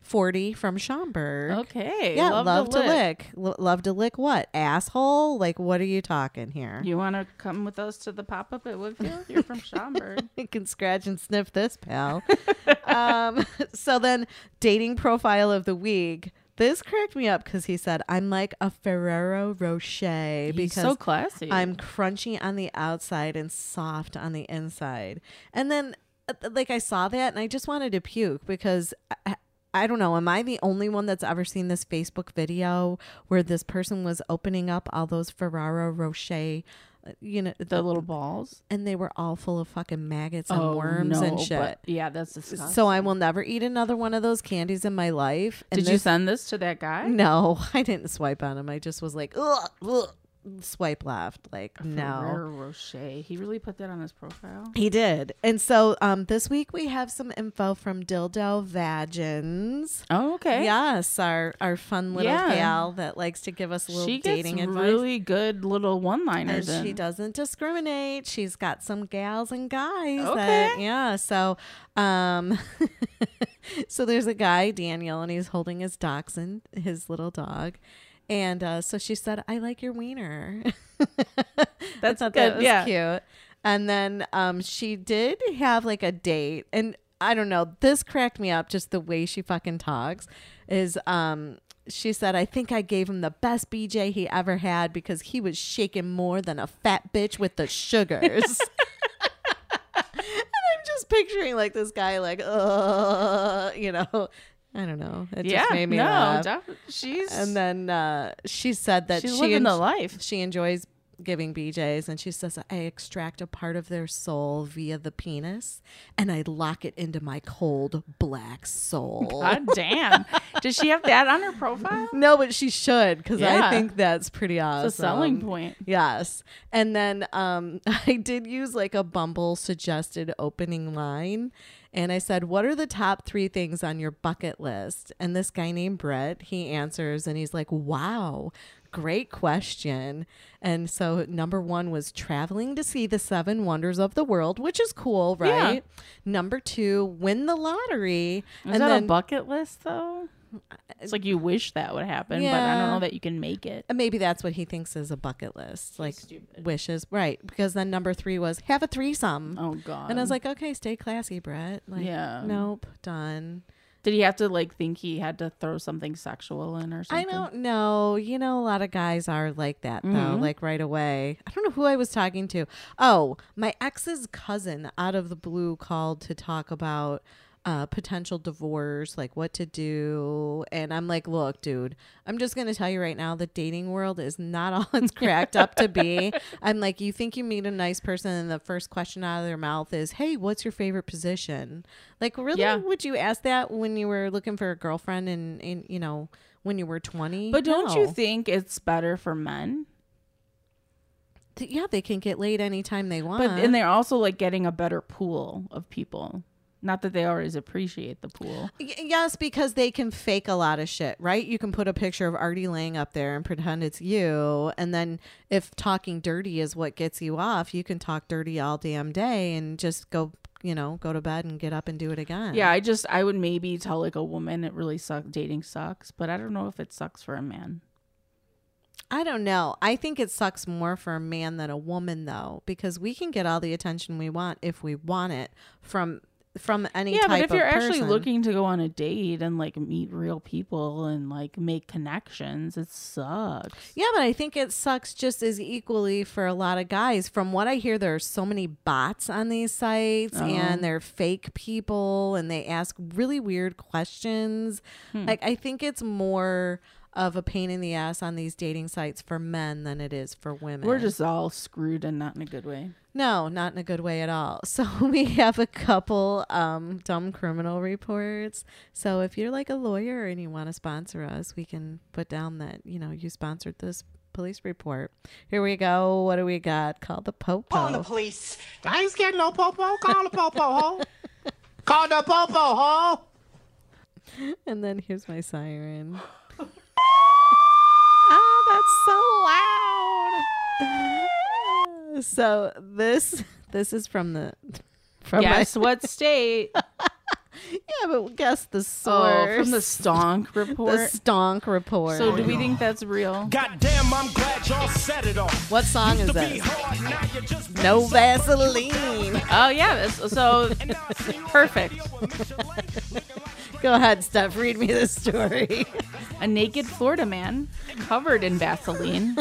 S4: forty from Schaumburg.
S3: okay.
S4: Yeah, love, to
S3: lick.
S4: lick. L- love to lick what? Asshole? Like, what are you talking here?
S3: You want to come with us to the pop up at Woodfield? You're from Schaumburg.
S4: You can scratch and sniff this, pal. um, so then, dating profile of the week. This cracked me up because he said, I'm like a Ferrero Rocher
S3: He's
S4: because
S3: so classy.
S4: I'm crunchy on the outside and soft on the inside. And then, uh, like, I saw that and I just wanted to puke because. uh, I, I don't know. Am I the only one that's ever seen this Facebook video where this person was opening up all those Ferraro Rocher, uh, you know,
S3: the little balls
S4: and they were all full of fucking maggots and worms and
S3: Oh, no,
S4: shit.
S3: but- Yeah, that's disgusting.
S4: So I will never eat another one of those candies in my life. And
S3: Did you
S4: this-
S3: send this to that guy?
S4: No, I didn't swipe on him. I just was like, ugh, ugh, swipe left. Like, no.
S3: Ferrero Rocher. He really put that on his profile.
S4: He did. And so um, this week we have some info from Dildo Vagins.
S3: Oh, okay.
S4: Yes, our, our fun little
S3: Yeah.
S4: gal that likes to give us a little
S3: She gets
S4: dating advice.
S3: really good little
S4: and
S3: one-liners.
S4: she
S3: in.
S4: doesn't discriminate. She's got some gals and guys.
S3: Okay.
S4: That, yeah. So, um, so there's a guy Daniel, and he's holding his dachshund, his little dog, and uh, so she said, "I like your wiener."
S3: That's
S4: not
S3: good,
S4: That was
S3: yeah.
S4: cute. And then um, she did have like a date, and I don't know. This cracked me up just the way she fucking talks. Is um, she said, "I think I gave him the best BJ he ever had because he was shaking more than a fat bitch with the sugars." and I'm just picturing like this guy, like, uh, you know, I don't know. It
S3: Yeah.
S4: just made me
S3: no,
S4: laugh.
S3: def- she's
S4: And then uh, she said that
S3: she's
S4: she
S3: living
S4: en-
S3: the life.
S4: She enjoys giving BJ's, and she says, I extract a part of their soul via the penis and I lock it into my cold black soul.
S3: God damn. Does she have that on her profile?
S4: No, but she should because
S3: Yeah.
S4: I think that's pretty awesome.
S3: selling point.
S4: Yes. And then um, I did use like a Bumble suggested opening line. And I said, What are the top three things on your bucket list? And this guy named Brett, he answers and he's like, Wow, great question. And so number one was traveling to see the seven wonders of the world, which is cool, right? Number two, win the lottery.
S3: Is that a bucket list though? It's like you wish that would happen, but I don't
S4: Yeah.
S3: know that you can make it.
S4: And maybe that's what he thinks is a bucket list, like wishes, right? Because then number three was have a threesome.
S3: Oh god.
S4: And I was like, okay, stay classy, Brett. Like,
S3: Yeah.
S4: Nope. Done.
S3: did he have to like think he had to throw something sexual in or something?
S4: I don't know. You know, a lot of guys are like that, though,
S3: Mm-hmm.
S4: like right away. I don't know who I was talking to. Oh, my ex's cousin out of the blue called to talk about uh, potential divorce, like what to do. And I'm like, look, dude, I'm just going to tell you right now the dating world is not all it's cracked up to be. I'm like, you think you meet a nice person, and the first question out of their mouth is, hey, what's your favorite position? Like, really?
S3: Yeah.
S4: Would you ask that when you were looking for a girlfriend and, and you know, when you were 20?
S3: But don't you
S4: No.
S3: think it's better for men?
S4: Th- yeah, they can get laid anytime they want.
S3: But and they're also like getting a better pool of people. Not that they always appreciate the pool.
S4: Y- yes, because they can fake a lot of shit, right? You can put a picture of Artie laying up there and pretend it's you. And then if talking dirty is what gets you off, you can talk dirty all damn day and just go, you know, go to bed and get up and do it again.
S3: Yeah, I just I would maybe tell like a woman it really sucks dating sucks, but I don't know if it sucks for a man.
S4: I don't know. I think it sucks more for a man than a woman though, because we can get all the attention we want if we want it from from any
S3: yeah,
S4: type
S3: but if
S4: of
S3: you're actually
S4: person.
S3: looking to go on a date and like meet real people and like make connections, it sucks.
S4: Yeah, but I think it sucks just as equally for a lot of guys. From what I hear, there are so many bots on these sites
S3: Uh-huh.
S4: and they're fake people and they ask really weird questions.
S3: Hmm.
S4: Like, I think it's more of a pain in the ass on these dating sites for men than it is for women.
S3: We're just all screwed and not in a good way.
S4: No, not in a good way at all. So we have a couple um, dumb criminal reports. So if you're like a lawyer and you want to sponsor us, we can put down that you know you sponsored this police report. Here we go. What do we got? Call the popo.
S11: Call the police. I ain't scared of no popo. Call the popo, ho. Call the popo, ho.
S4: and then here's my siren. Ah, oh, that's so loud. so this this is from the from my-
S3: Guess what state?
S4: yeah, but guess the source
S3: oh, from the stonk
S4: the
S3: report.
S4: stonk report.
S3: so do we think that's real?
S9: Goddamn, I'm glad y'all set it off.
S4: what song is this? No
S9: No
S4: Vaseline.
S3: Oh yeah, that's, so perfect.
S4: Go ahead, Steph. Read me this story.
S3: A naked Florida man covered in Vaseline,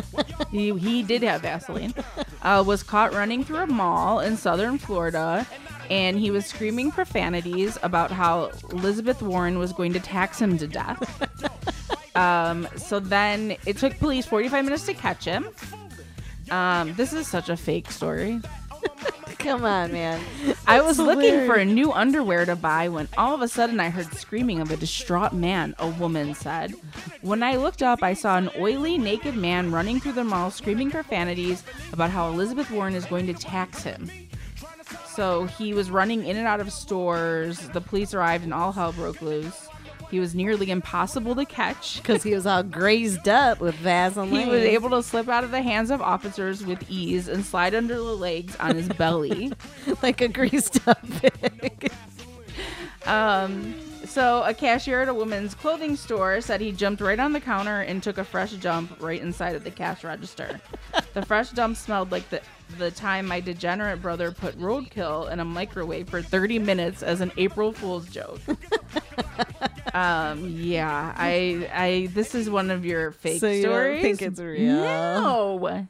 S3: he, he did have Vaseline, uh, was caught running through a mall in southern Florida and he was screaming profanities about how Elizabeth Warren was going to tax him to death. Um, so then it took police 45 minutes to catch him. Um, this is such a fake story.
S4: Come on, man.
S3: I was looking for a new underwear to buy when all of a sudden I heard screaming of a distraught man, a woman said. When I looked up, I saw an oily, naked man running through the mall screaming profanities about how Elizabeth Warren is going to tax him. So he was running in and out of stores. The police arrived and all hell broke loose. He was nearly impossible to catch.
S4: because he was all grazed up with Vaseline.
S3: He was able to slip out of the hands of officers with ease and slide under the legs on his belly.
S4: like a greased up pig.
S3: So, a cashier at a woman's clothing store said he jumped right on the counter and took a fresh dump right inside of the cash register. the fresh dump smelled like the the time my degenerate brother put roadkill in a microwave for 30 minutes as an April Fool's joke. um, yeah, I I this is one of your fake
S4: So you don't
S3: stories.
S4: think it's real?
S3: No.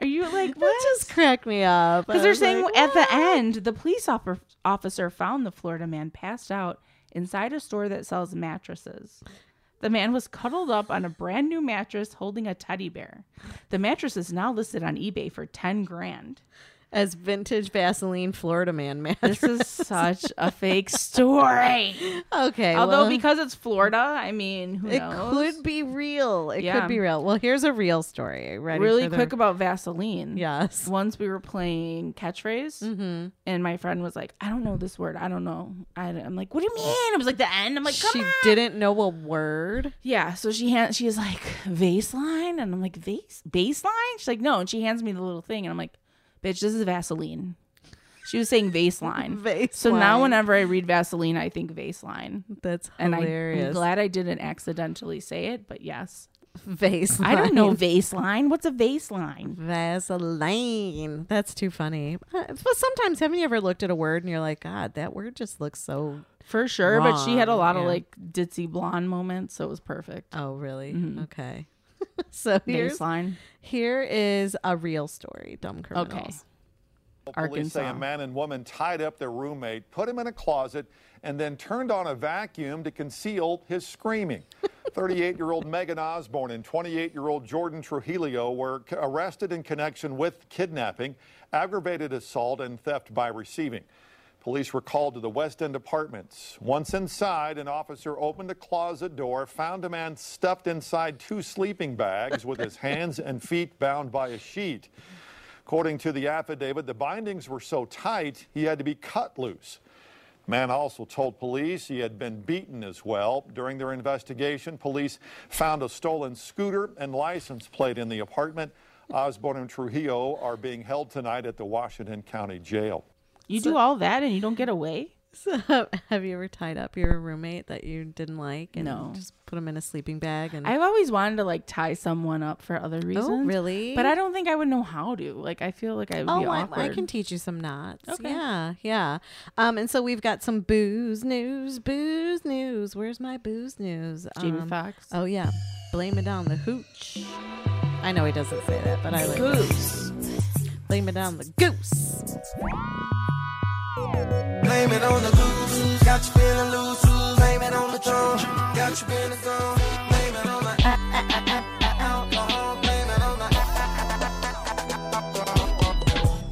S3: Are you like what?
S4: That just cracked me up.
S3: Because
S4: I
S3: they're
S4: was
S3: saying
S4: like,
S3: at the end, the police offer- officer found the Florida man passed out inside a store that sells mattresses. The man was cuddled up on a brand new mattress holding a teddy bear. The mattress is now listed on eBay for 10 grand.
S4: As vintage Vaseline Florida man mattress.
S3: This is such a fake story.
S4: Okay.
S3: Although,
S4: well,
S3: because it's Florida, I mean, who
S4: it
S3: knows?
S4: could be real. It
S3: Yeah.
S4: could be real. Well, here's a real story. Ready
S3: really
S4: for the-
S3: quick about Vaseline.
S4: Yes.
S3: Once we were playing catchphrase,
S4: Mm-hmm.
S3: and my friend was like, "I don't know this word. I don't know." I, am like, "What do you mean?" I was like, "The end." I'm like, "Come
S4: Oh. she
S3: on."
S4: didn't know a word.
S3: Yeah. So she hands. She's like, "Baseline," and I'm like, "Vase baseline." She's like, "No," and she hands me the little thing, and I'm like, "Bitch, this is Vaseline." She was saying Vaseline. So now
S4: Vaseline.
S3: whenever I read Vaseline, I think Vaseline.
S4: That's
S3: And I,
S4: hilarious.
S3: am glad I didn't accidentally say it, but yes.
S4: Vaseline.
S3: I don't know Vaseline. What's a Vaseline?
S4: Vaseline. That's too funny. Uh, But sometimes, haven't you ever looked at a word and you're like, God, that word just looks so.
S3: For sure, but she had a
S4: Wrong,
S3: lot
S4: yeah.
S3: of like ditzy blonde moments, so it was perfect.
S4: Oh, really? Okay. so here's,
S3: Mm-hmm. Baseline.
S4: here is a real story, dumb criminals.
S3: Okay.
S12: Police say a
S3: Arkansas.
S12: man and woman tied up their roommate, put him in a closet, and then turned on a vacuum to conceal his screaming. 38 year old Megan Osborne and 28 year old Jordan Trujillo were c- arrested in connection with kidnapping, aggravated assault, and theft by receiving. Police were called to the West End apartments. Once inside, an officer opened a closet door, found a man stuffed inside two sleeping bags with his hands and feet bound by a sheet. According to the affidavit, the bindings were so tight he had to be cut loose. The Man also told police he had been beaten as well. During their investigation, police found a stolen scooter and license plate in the apartment. Osborne and Trujillo are being held tonight at the Washington County Jail.
S3: You do all that and you don't get away?
S4: So, have you ever tied up your roommate that you didn't like and
S3: No.
S4: just put him in a sleeping bag? And
S3: I've always wanted to like tie someone up for other reasons.
S4: Oh, really?
S3: But I don't think I would know how to. Like I feel like I would be
S4: oh, I,
S3: awkward.
S4: I can teach you some knots.
S3: Okay.
S4: Yeah, yeah. Um, and so we've got some booze news, booze news. Where's my booze news?
S3: Jamie
S4: Um,
S3: Foxx.
S4: Oh yeah, blame it on the hooch. I know he doesn't say that, but I like it.
S3: Goose.
S4: blame it on the goose.
S13: Blame it on the goose. Got you feeling loose. loose. Blame it on the drunk. Got you feeling gone. Blame it on the a- a- a- a- alcohol. Blame it on the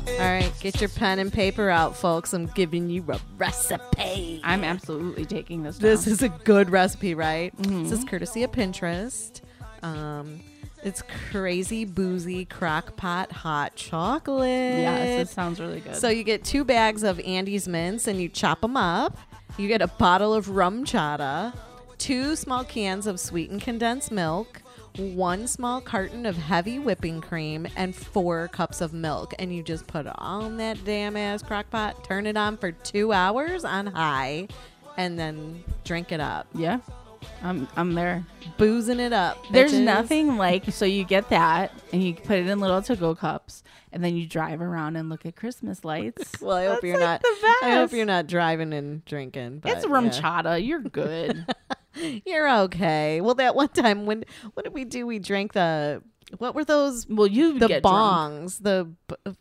S4: All right, get your pen and paper out, folks. I'm giving you a recipe.
S3: I'm absolutely taking this.
S4: This
S3: down.
S4: is a good recipe, right?
S3: Mm-hmm.
S4: This is courtesy of Pinterest. Um, it's crazy boozy crock pot hot chocolate.
S3: Yes, this sounds really good.
S4: So you get two bags of Andy's mints and you chop them up. You get a bottle of rum chata, two small cans of sweetened condensed milk, one small carton of heavy whipping cream, and four cups of milk. And you just put it on that damn ass crock pot, turn it on for two hours on high, and then drink it up.
S3: yeah. I'm I'm there.
S4: Boozing it up.
S3: There's
S4: bitches.
S3: nothing like so you get that and you put it in little to-go cups and then you drive around and look at Christmas lights.
S4: Well, I hope
S3: That's
S4: you're
S3: like
S4: not.
S3: the best.
S4: I hope you're not driving and drinking. But
S3: It's rum
S4: yeah.
S3: chata. You're good.
S4: You're okay. Well, that one time when what did we do? We drank the what were those?
S3: well, you
S4: the
S3: get drunk.
S4: bongs, the b- uh,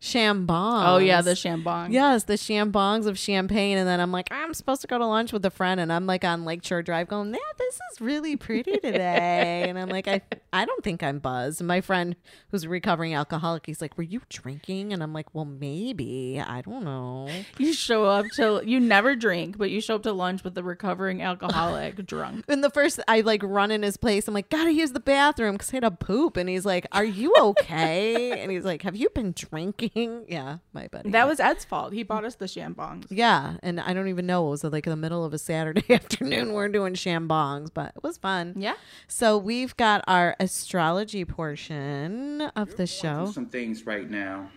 S4: shambongs.
S3: Oh yeah, the shambong.
S4: Yes, the shambongs of champagne, and then I'm like, I'm supposed to go to lunch with a friend, and I'm like on Lakeshore Drive, going, "Yeah, this is really pretty today," and I'm like, I, I don't think I'm buzzed. And my friend, who's a recovering alcoholic, he's like, "Were you drinking?" And I'm like, "Well, maybe. I don't know."
S3: You show up to you never drink, but you show up to lunch with a recovering alcoholic drunk.
S4: And the first, I like run in his place. I'm like, gotta use the bathroom because I had a poop. And he's like, Are you okay? and he's like, Have you been drinking? Yeah, my buddy.
S3: That was Ed's fault. He bought us the shambongs.
S4: yeah. And I don't even know. It was like in the middle of a Saturday afternoon. We're doing shambongs, but it was fun.
S3: Yeah.
S4: So we've got our astrology portion of the show.
S14: some things right now.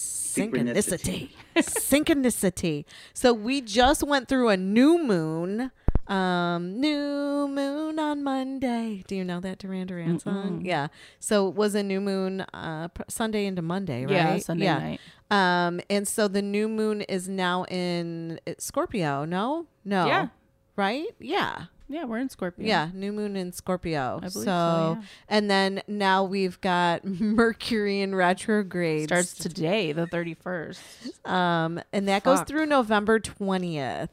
S4: Synchronicity. Synchronicity. So we just went through a new moon. Um, new moon on Monday. Do you know that Duran Duran song? Yeah. So it was a new moon uh, pr- Sunday into Monday, right?
S3: Yeah, Sunday night.
S4: Um, and so the new moon is now in it's Scorpio. No, no.
S3: Yeah.
S4: Right? Yeah.
S3: Yeah, we're in Scorpio.
S4: Yeah, new moon in Scorpio.
S3: believe so,
S4: so,
S3: yeah.
S4: and then now we've got Mercury in retrograde
S3: Starts today, the 31st.
S4: um, and that goes
S3: Fuck.
S4: through November 20th.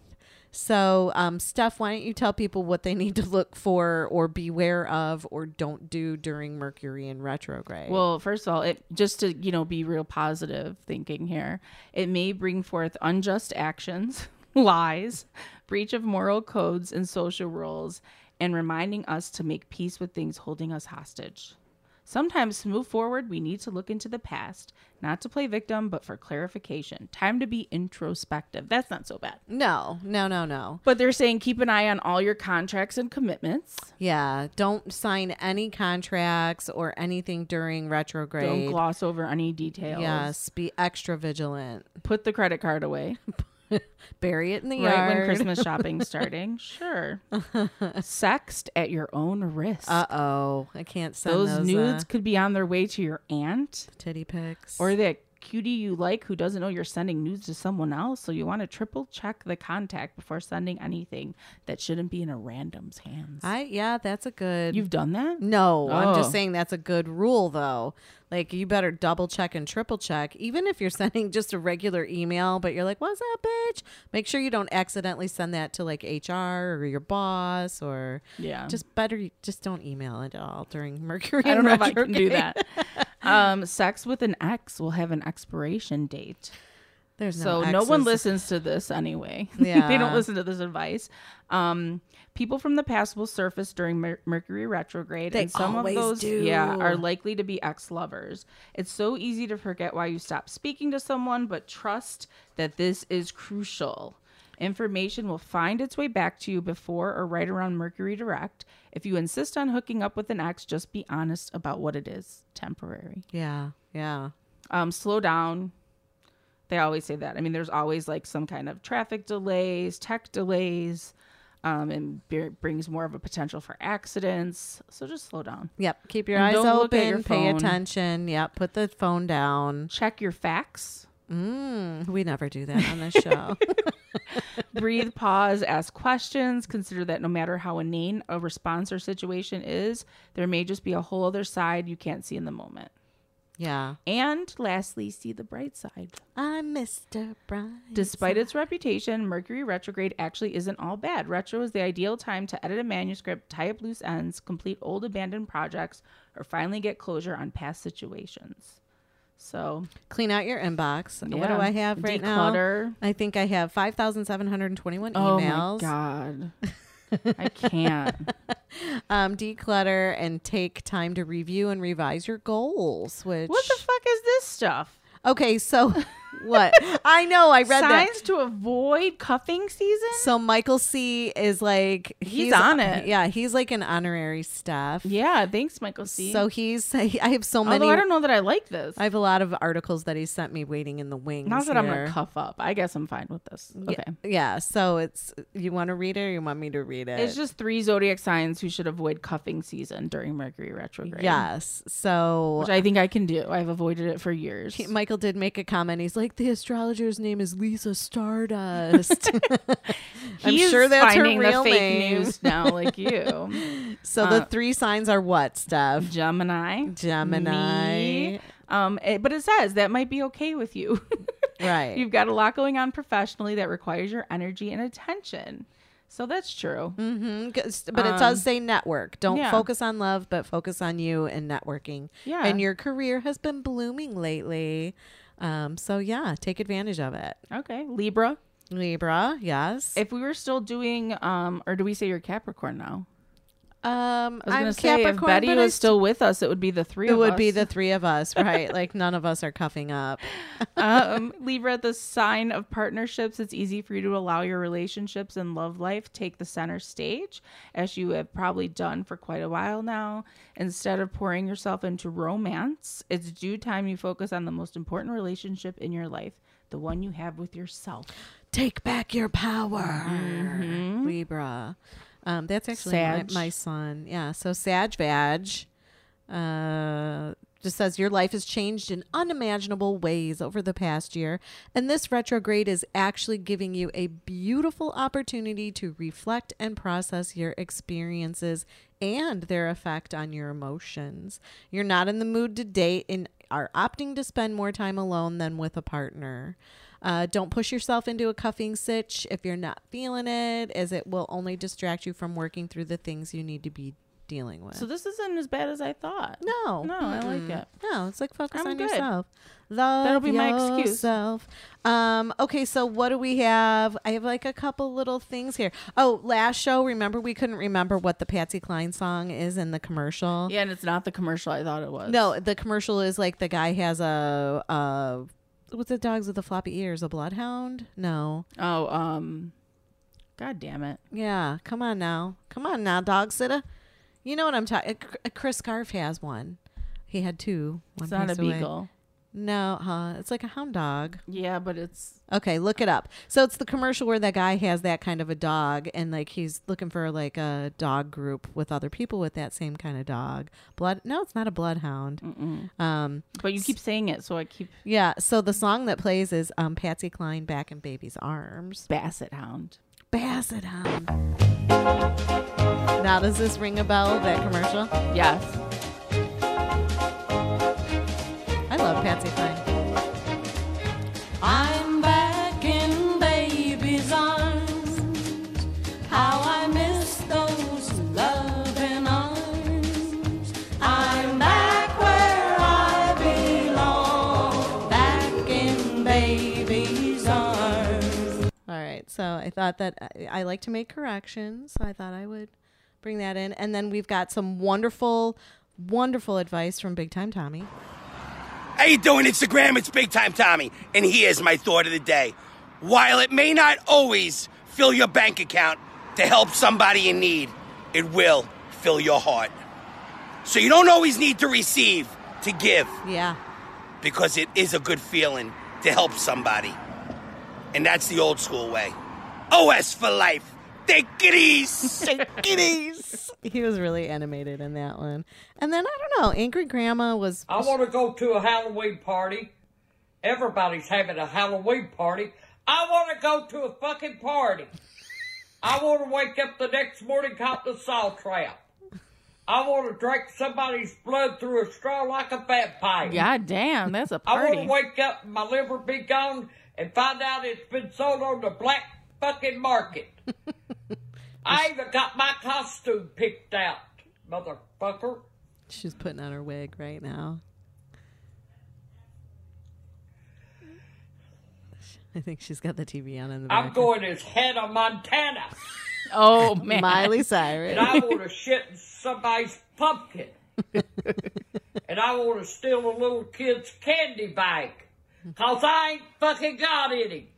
S4: So, um, Steph, why don't you tell people what they need to look for or beware of or don't do during Mercury in retrograde?
S3: Well, first of all, it just to you know be real positive thinking here. It may bring forth unjust actions, lies, breach of moral codes and social rules, and reminding us to make peace with things holding us hostage. Sometimes to move forward, we need to look into the past, not to play victim, but for clarification. Time to be introspective. That's not so bad.
S4: No, no, no, no.
S3: But they're saying keep an eye on all your contracts and commitments.
S4: yeah, don't sign any contracts or anything during retrograde.
S3: Don't gloss over any details.
S4: Yes, be extra vigilant.
S3: Put the credit card away.
S4: Bury it in the
S3: right when
S4: yard.
S3: Christmas shopping's starting. Sure. Sexed at your own risk.
S4: Uh oh, I can't send
S3: those,
S4: those,
S3: nudes
S4: uh,
S3: could be on their way to your aunt
S4: titty pics
S3: or that cutie you like who doesn't know you're sending nudes to someone else. So you want to triple check the contact before sending anything that shouldn't be in a random's hands.
S4: I yeah, that's a good.
S3: You've done that?
S4: No, I'm
S3: Oh.
S4: just saying that's a good rule though. Like you better double check and triple check, even if you're sending just a regular email. But you're like, "What's up, bitch?" Make sure you don't accidentally send that to like HR or your boss or
S3: Yeah.
S4: Just better, you just don't email it at all during Mercury.
S3: I don't
S4: in
S3: know if I can do
S4: retrograde.
S3: that. um, sex with an ex will have an expiration date.
S4: There's
S3: so
S4: no
S3: no one
S4: exes.
S3: listens to this anyway. they
S4: Yeah.
S3: don't listen to this advice. Um, people from the past will surface during Mer- Mercury retrograde,
S4: They
S3: and some
S4: always
S3: of those,
S4: do.
S3: yeah, are likely to be ex-lovers. It's so easy to forget why you stopped speaking to someone, but trust that this is crucial. Information will find its way back to you before or right around Mercury direct. If you insist on hooking up with an ex, just be honest about what it is. Temporary
S4: Yeah, yeah.
S3: um, slow down. They always say that. I mean, there's always like some kind of traffic delays, tech delays, um, and b- brings more of a potential for accidents. So just slow down.
S4: Yep. Keep your
S3: And
S4: eyes
S3: don't look at
S4: open.
S3: your
S4: pay
S3: phone.
S4: attention. Yep. Put the phone down.
S3: Check your facts.
S4: Mm, we never do that on this show.
S3: Breathe, pause, ask questions. Consider that no matter how inane a response or situation is, there may just be a whole other side you can't see in the moment.
S4: yeah.
S3: And lastly, see the bright side.
S4: I'm Mr. Brian.
S3: Despite its reputation, Mercury retrograde actually isn't all bad. Retro is the ideal time to edit a manuscript, tie up loose ends, complete old abandoned projects, or finally get closure on past situations. So,
S4: Clean out your inbox. What do
S3: Yeah.
S4: I have right
S3: Declutter.
S4: now? I think I have 5,721
S3: oh
S4: emails.
S3: my god, I can't.
S4: Um, declutter and take time to review and revise your goals, which.
S3: What the fuck is this stuff?
S4: Okay, so what? I know, I read that.
S3: Signs to avoid cuffing season.
S4: So Michael C is like he's,
S3: on it.
S4: Yeah, he's like an honorary staff.
S3: Yeah, thanks, Michael C.
S4: So he's I have so many.
S3: Although I don't know that I like this.
S4: I have a lot of articles that he sent me waiting in the wings.
S3: Not that I'm
S4: here.
S3: gonna cuff up. I guess I'm fine with this. Okay.
S4: Yeah, so it's you want to read it or you want me to read it?
S3: It's just three zodiac signs who should avoid cuffing season during Mercury retrograde.
S4: Yes. So
S3: Which I think I can do. I've avoided it for years.
S4: he- Michael did make a comment. He's like, the astrologer's name is Lisa Stardust. I'm
S3: He is
S4: sure that's her
S3: finding the
S4: real
S3: fake
S4: name.
S3: news now, like you.
S4: So
S3: Uh,
S4: the three signs are what, Steph?
S3: Gemini.
S4: Gemini.
S3: Me. Um, it- but it says that might be okay with you.
S4: Right.
S3: You've got a lot going on professionally that requires your energy and attention. So that's true.
S4: Mm-hmm. But it
S3: Um,
S4: does say network. Don't
S3: yeah.
S4: focus on love, but focus on you and networking.
S3: Yeah.
S4: And your career has been blooming lately. Um, so yeah, take advantage of it.
S3: Okay. Libra.
S4: Libra, yes.
S3: If we were still doing, um, or do we say you're Capricorn now?
S4: um,
S3: I was
S4: I'm
S3: gonna say if
S4: Capricorn,
S3: Betty
S4: but I
S3: was still with us, it would be the three.
S4: It
S3: of
S4: would
S3: us.
S4: be the three of us, right? like none of us are cuffing up.
S3: um, Libra, the sign of partnerships, it's easy for you to allow your relationships and love life take the center stage, as you have probably done for quite a while now. Instead of pouring yourself into romance, it's due time you focus on the most important relationship in your life, the one you have with yourself.
S4: Take back your power, Libra. Um, that's actually my,
S3: Sag.
S4: my son. Yeah. So Sag Vag uh, just says your life has changed in unimaginable ways over the past year, and this retrograde is actually giving you a beautiful opportunity to reflect and process your experiences and their effect on your emotions. You're not in the mood to date and are opting to spend more time alone than with a partner. Uh, don't push yourself into a cuffing sitch if you're not feeling it, as it will only distract you from working through the things you need to be dealing with.
S3: So this isn't as bad as I thought.
S4: No,
S3: no, I like
S4: Mm-mm.
S3: it.
S4: No, it's like focus
S3: I'm
S4: on
S3: good.
S4: yourself. Love
S3: That'll be my excuse.
S4: yourself. Um, okay, so what do we have? I have like a couple little things here. Oh, last show, remember we couldn't remember what the Patsy Cline song is in the commercial.
S3: Yeah, and it's not the commercial I thought it was.
S4: No, the commercial is like the guy has a uh what's the dogs with the floppy ears? A bloodhound? No.
S3: Oh, um God damn it.
S4: Yeah, come on now. Come on now, dog sitter. You know what I'm talking Chris Scarf has one. He had two. One
S3: It's not
S4: passed
S3: a
S4: away.
S3: beagle.
S4: No, huh? It's like a hound dog.
S3: Yeah, but it's
S4: Okay, look it up. So it's the commercial where that guy has that kind of a dog and like he's looking for like a dog group with other people with that same kind of dog. Blood No, it's not a bloodhound. Um
S3: but you keep saying it, so I keep
S4: yeah, so the song that plays is um Patsy Cline back in baby's arms.
S3: Basset Hound.
S4: Basset Hound. Now does this ring a bell that commercial?
S3: Yes.
S4: I love Patsy Cline.
S14: I'm back in baby's arms. How I miss those loving arms. I'm back where I belong. Back in baby's arms.
S4: All right. So I thought that uh, I, I like to make corrections. So I thought I would bring that in. And then we've got some wonderful, wonderful advice from Big Time Tommy.
S15: How you doing, Instagram? It's Big Time Tommy, and here's my thought of the day. While it may not always fill your bank account to help somebody in need, it will fill your heart. So you don't always need to receive to give,
S4: Yeah.
S15: because it is a good feeling to help somebody. And that's the old school way. OS for life. Take it easy. Take it easy.
S4: He was really animated in that one. And then I don't know. Angry Grandma was.
S10: I want to go to a Halloween party. Everybody's having a Halloween party. I want to go to a fucking party. I want to wake up the next morning caught the saw trap. I want to drink somebody's blood through a straw like a vampire.
S3: God damn, that's a
S10: I
S3: party.
S10: want to wake up and my liver be gone and find out it's been sold on the black fucking market. I even got my costume picked out, motherfucker.
S4: She's putting on her wig right now. I think she's got the TV on in the
S10: I'm
S4: back.
S10: going as Hannah Montana.
S3: Oh
S4: man. Miley Cyrus.
S10: And I want to shit in somebody's pumpkin. and I want to steal a little kid's candy bag. Cause I ain't fucking got any.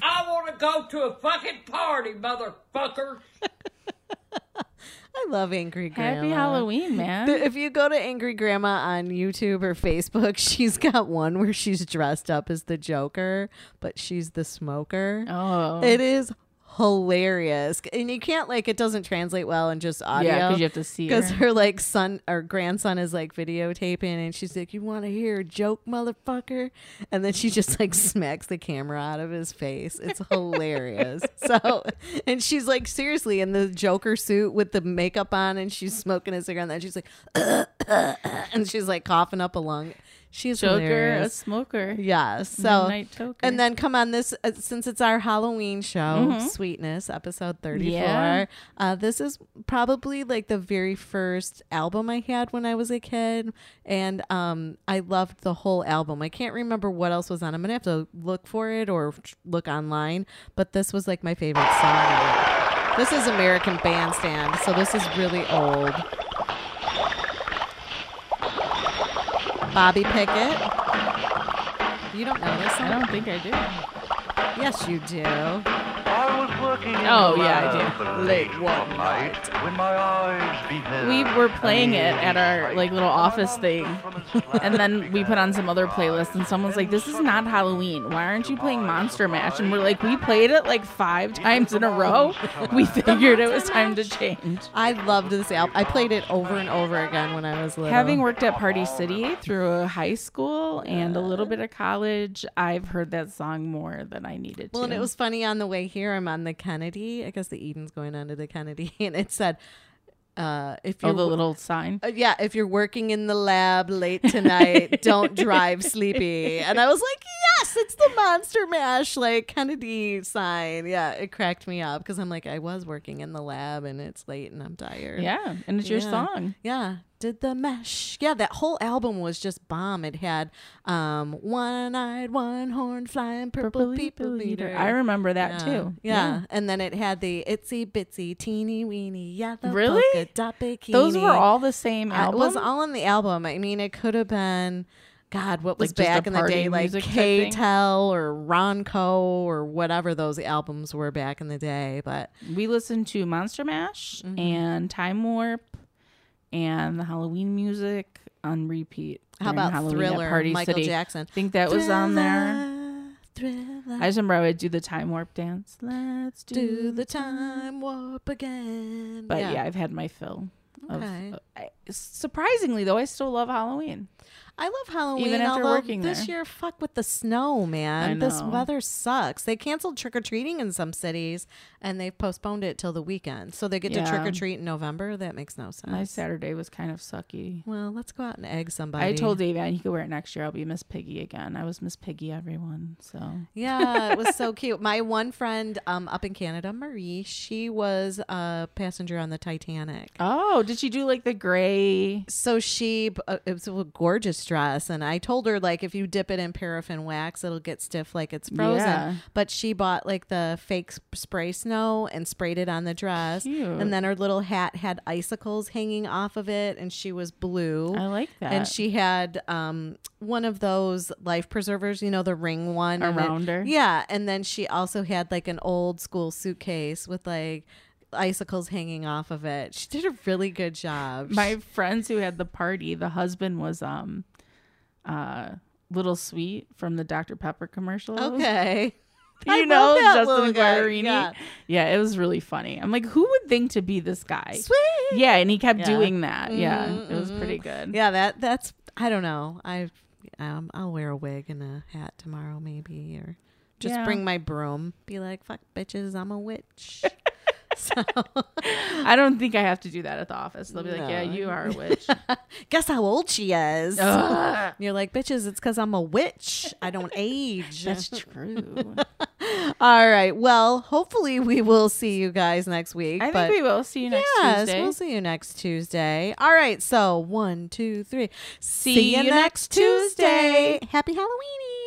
S10: I want to go to a fucking party, motherfucker.
S4: I love Angry Grandma.
S3: Happy Halloween, man.
S4: Th- If you go to Angry Grandma on YouTube or Facebook, she's got one where she's dressed up as the Joker, but she's the smoker.
S3: Oh.
S4: It is hilarious. And you can't like it doesn't translate well in just audio.
S3: 'cause you have to see
S4: Because
S3: her.
S4: her like son or grandson is like videotaping and she's like, You wanna hear a joke, motherfucker? And then she just like smacks the camera out of his face. It's hilarious. so and she's like seriously in the Joker suit with the makeup on and she's smoking a cigarette and then she's like and she's like coughing up a lung. She's
S3: Joker,
S4: hilarious.
S3: a smoker.
S4: Yeah. So
S3: Midnight Toker.
S4: and then come on this uh, since it's our Halloween show,
S3: Mhm.
S4: Sweetness episode 34.
S3: Yeah.
S4: Uh, this is probably like the very first album I had when I was a kid and um I loved the whole album. I can't remember what else was on. I'm going to have to look for it or tr- look online, but this was like my favorite song. This is American Bandstand, so this is really old. Bobby Pickett. You don't know this song? I don't
S3: think I do.
S4: Yes, you do.
S16: I was working in
S3: Oh,
S16: the
S3: yeah, I
S16: lab
S3: do.
S16: late one night when my eyes beheld
S3: We were playing it
S16: an
S3: at our like little office thing. And then we put on some other playlist and someone's like, This is not Halloween. Why aren't you playing Monster Mash? And we're like, We played it like five times in a row. We figured it was time to change.
S4: I loved this album. I played it over and over again when I was little.
S3: Having worked at Party City through high school and a little bit of college, I've heard that song more than I needed
S4: Well,
S3: to.
S4: and it was funny on the way here. I'm on the Kennedy. I guess the Eden's going onto the Kennedy, and it said, uh, "If
S3: Oh,
S4: you're
S3: the
S4: wo-
S3: little sign.
S4: Uh, yeah, if you're working in the lab late tonight, don't drive sleepy." And I was like, "Yes, yes, it's the Monster Mash like Kennedy sign. Yeah, it cracked me up because I'm like, I was working in the lab and it's late and I'm tired.
S3: Yeah, and it's your song.
S4: Yeah, did the mesh. Yeah, that whole album was just bomb. It had um, one eyed, one horned, flying purple, people leader.
S3: I remember that
S4: Yeah,
S3: too.
S4: Yeah. and then it had the itsy bitsy teeny weeny yellow
S3: Really?
S4: polka dot bikini.
S3: Those were all the same
S4: Uh, It was
S3: album?
S4: all on the album. I mean, it could have been, God, what was
S3: Like just a
S4: back in the
S3: party
S4: day, like
S3: music type thing?
S4: K-Tel or Ronco or whatever those albums were back in the day. But
S3: we listened to Monster Mash
S4: Mm-hmm.
S3: and Time Warp and the Halloween music on repeat.
S4: How
S3: during
S4: about
S3: Halloween at
S4: Thriller,
S3: Party
S4: Michael
S3: City.
S4: Jackson?
S3: I think that was on there.
S4: Thriller,
S3: I just remember I would do the Time Warp dance. Let's
S4: do the time warp again.
S3: But yeah, I've had my fill. Of,
S4: Okay.
S3: I, uh, surprisingly, though, I still love Halloween.
S4: I love Halloween.
S3: Even after
S4: although
S3: working
S4: this
S3: there.
S4: year, fuck with the snow, man.
S3: I
S4: This
S3: know.
S4: weather sucks. They canceled trick or treating in some cities, and they've postponed it till the weekend, so they get to
S3: Yeah.
S4: trick or treat in November. That makes no sense.
S3: My Saturday was kind of sucky.
S4: Well, let's go out and egg somebody.
S3: I told Dave and he could wear it next year. I'll be Miss Piggy again. I was Miss Piggy, everyone. So
S4: Yeah, it was so cute. My one friend um, up in Canada, Marie, she was a passenger on the Titanic.
S3: Oh, did she do like the gray?
S4: So she, uh, it was a gorgeous dress. And I told her, like, if you dip it in paraffin wax, it'll get stiff like it's frozen.
S3: Yeah.
S4: But she bought, like, the fake s- spray snow and sprayed it on the dress.
S3: Cute.
S4: And then her little hat had icicles hanging off of it. And she was blue.
S3: I like
S4: And
S3: that.
S4: she had um, one of those life preservers, you know, the ring one. and it-
S3: Around her?
S4: yeah, and then she also had like an old school suitcase with like icicles hanging off of it. She did a really good job.
S3: my friends who had the party, the husband was um uh little sweet from the Dr. Pepper commercial.
S4: Okay.
S3: You
S4: I love
S3: know
S4: that little
S3: Justin
S4: guy,
S3: Guarini.
S4: yeah.
S3: Yeah. it was really funny. I'm like, who would think to be this guy?
S4: Sweet.
S3: Yeah, and he kept
S4: Yeah.
S3: doing that. Yeah.
S4: Mhm,
S3: It was
S4: mhm.
S3: pretty good.
S4: Yeah, that that's I don't know. I um, I'll wear a wig and a hat tomorrow maybe or just
S3: Yeah.
S4: bring my broom. Be like, fuck bitches, I'm a witch.
S3: I don't think I have to do that at the office. They'll be like, Yeah,
S4: No.
S3: you are a witch.
S4: Guess how old she is.
S3: Ugh.
S4: You're like, bitches, it's because I'm a witch. I don't age.
S3: That's true.
S4: All right. Well, hopefully we will see you guys next week.
S3: I think
S4: but-
S3: we will see you next
S4: yes,
S3: Tuesday.
S4: we'll see you next Tuesday. All right. So one, two, three. See,
S3: you next Tuesday.
S4: Happy Halloweeny.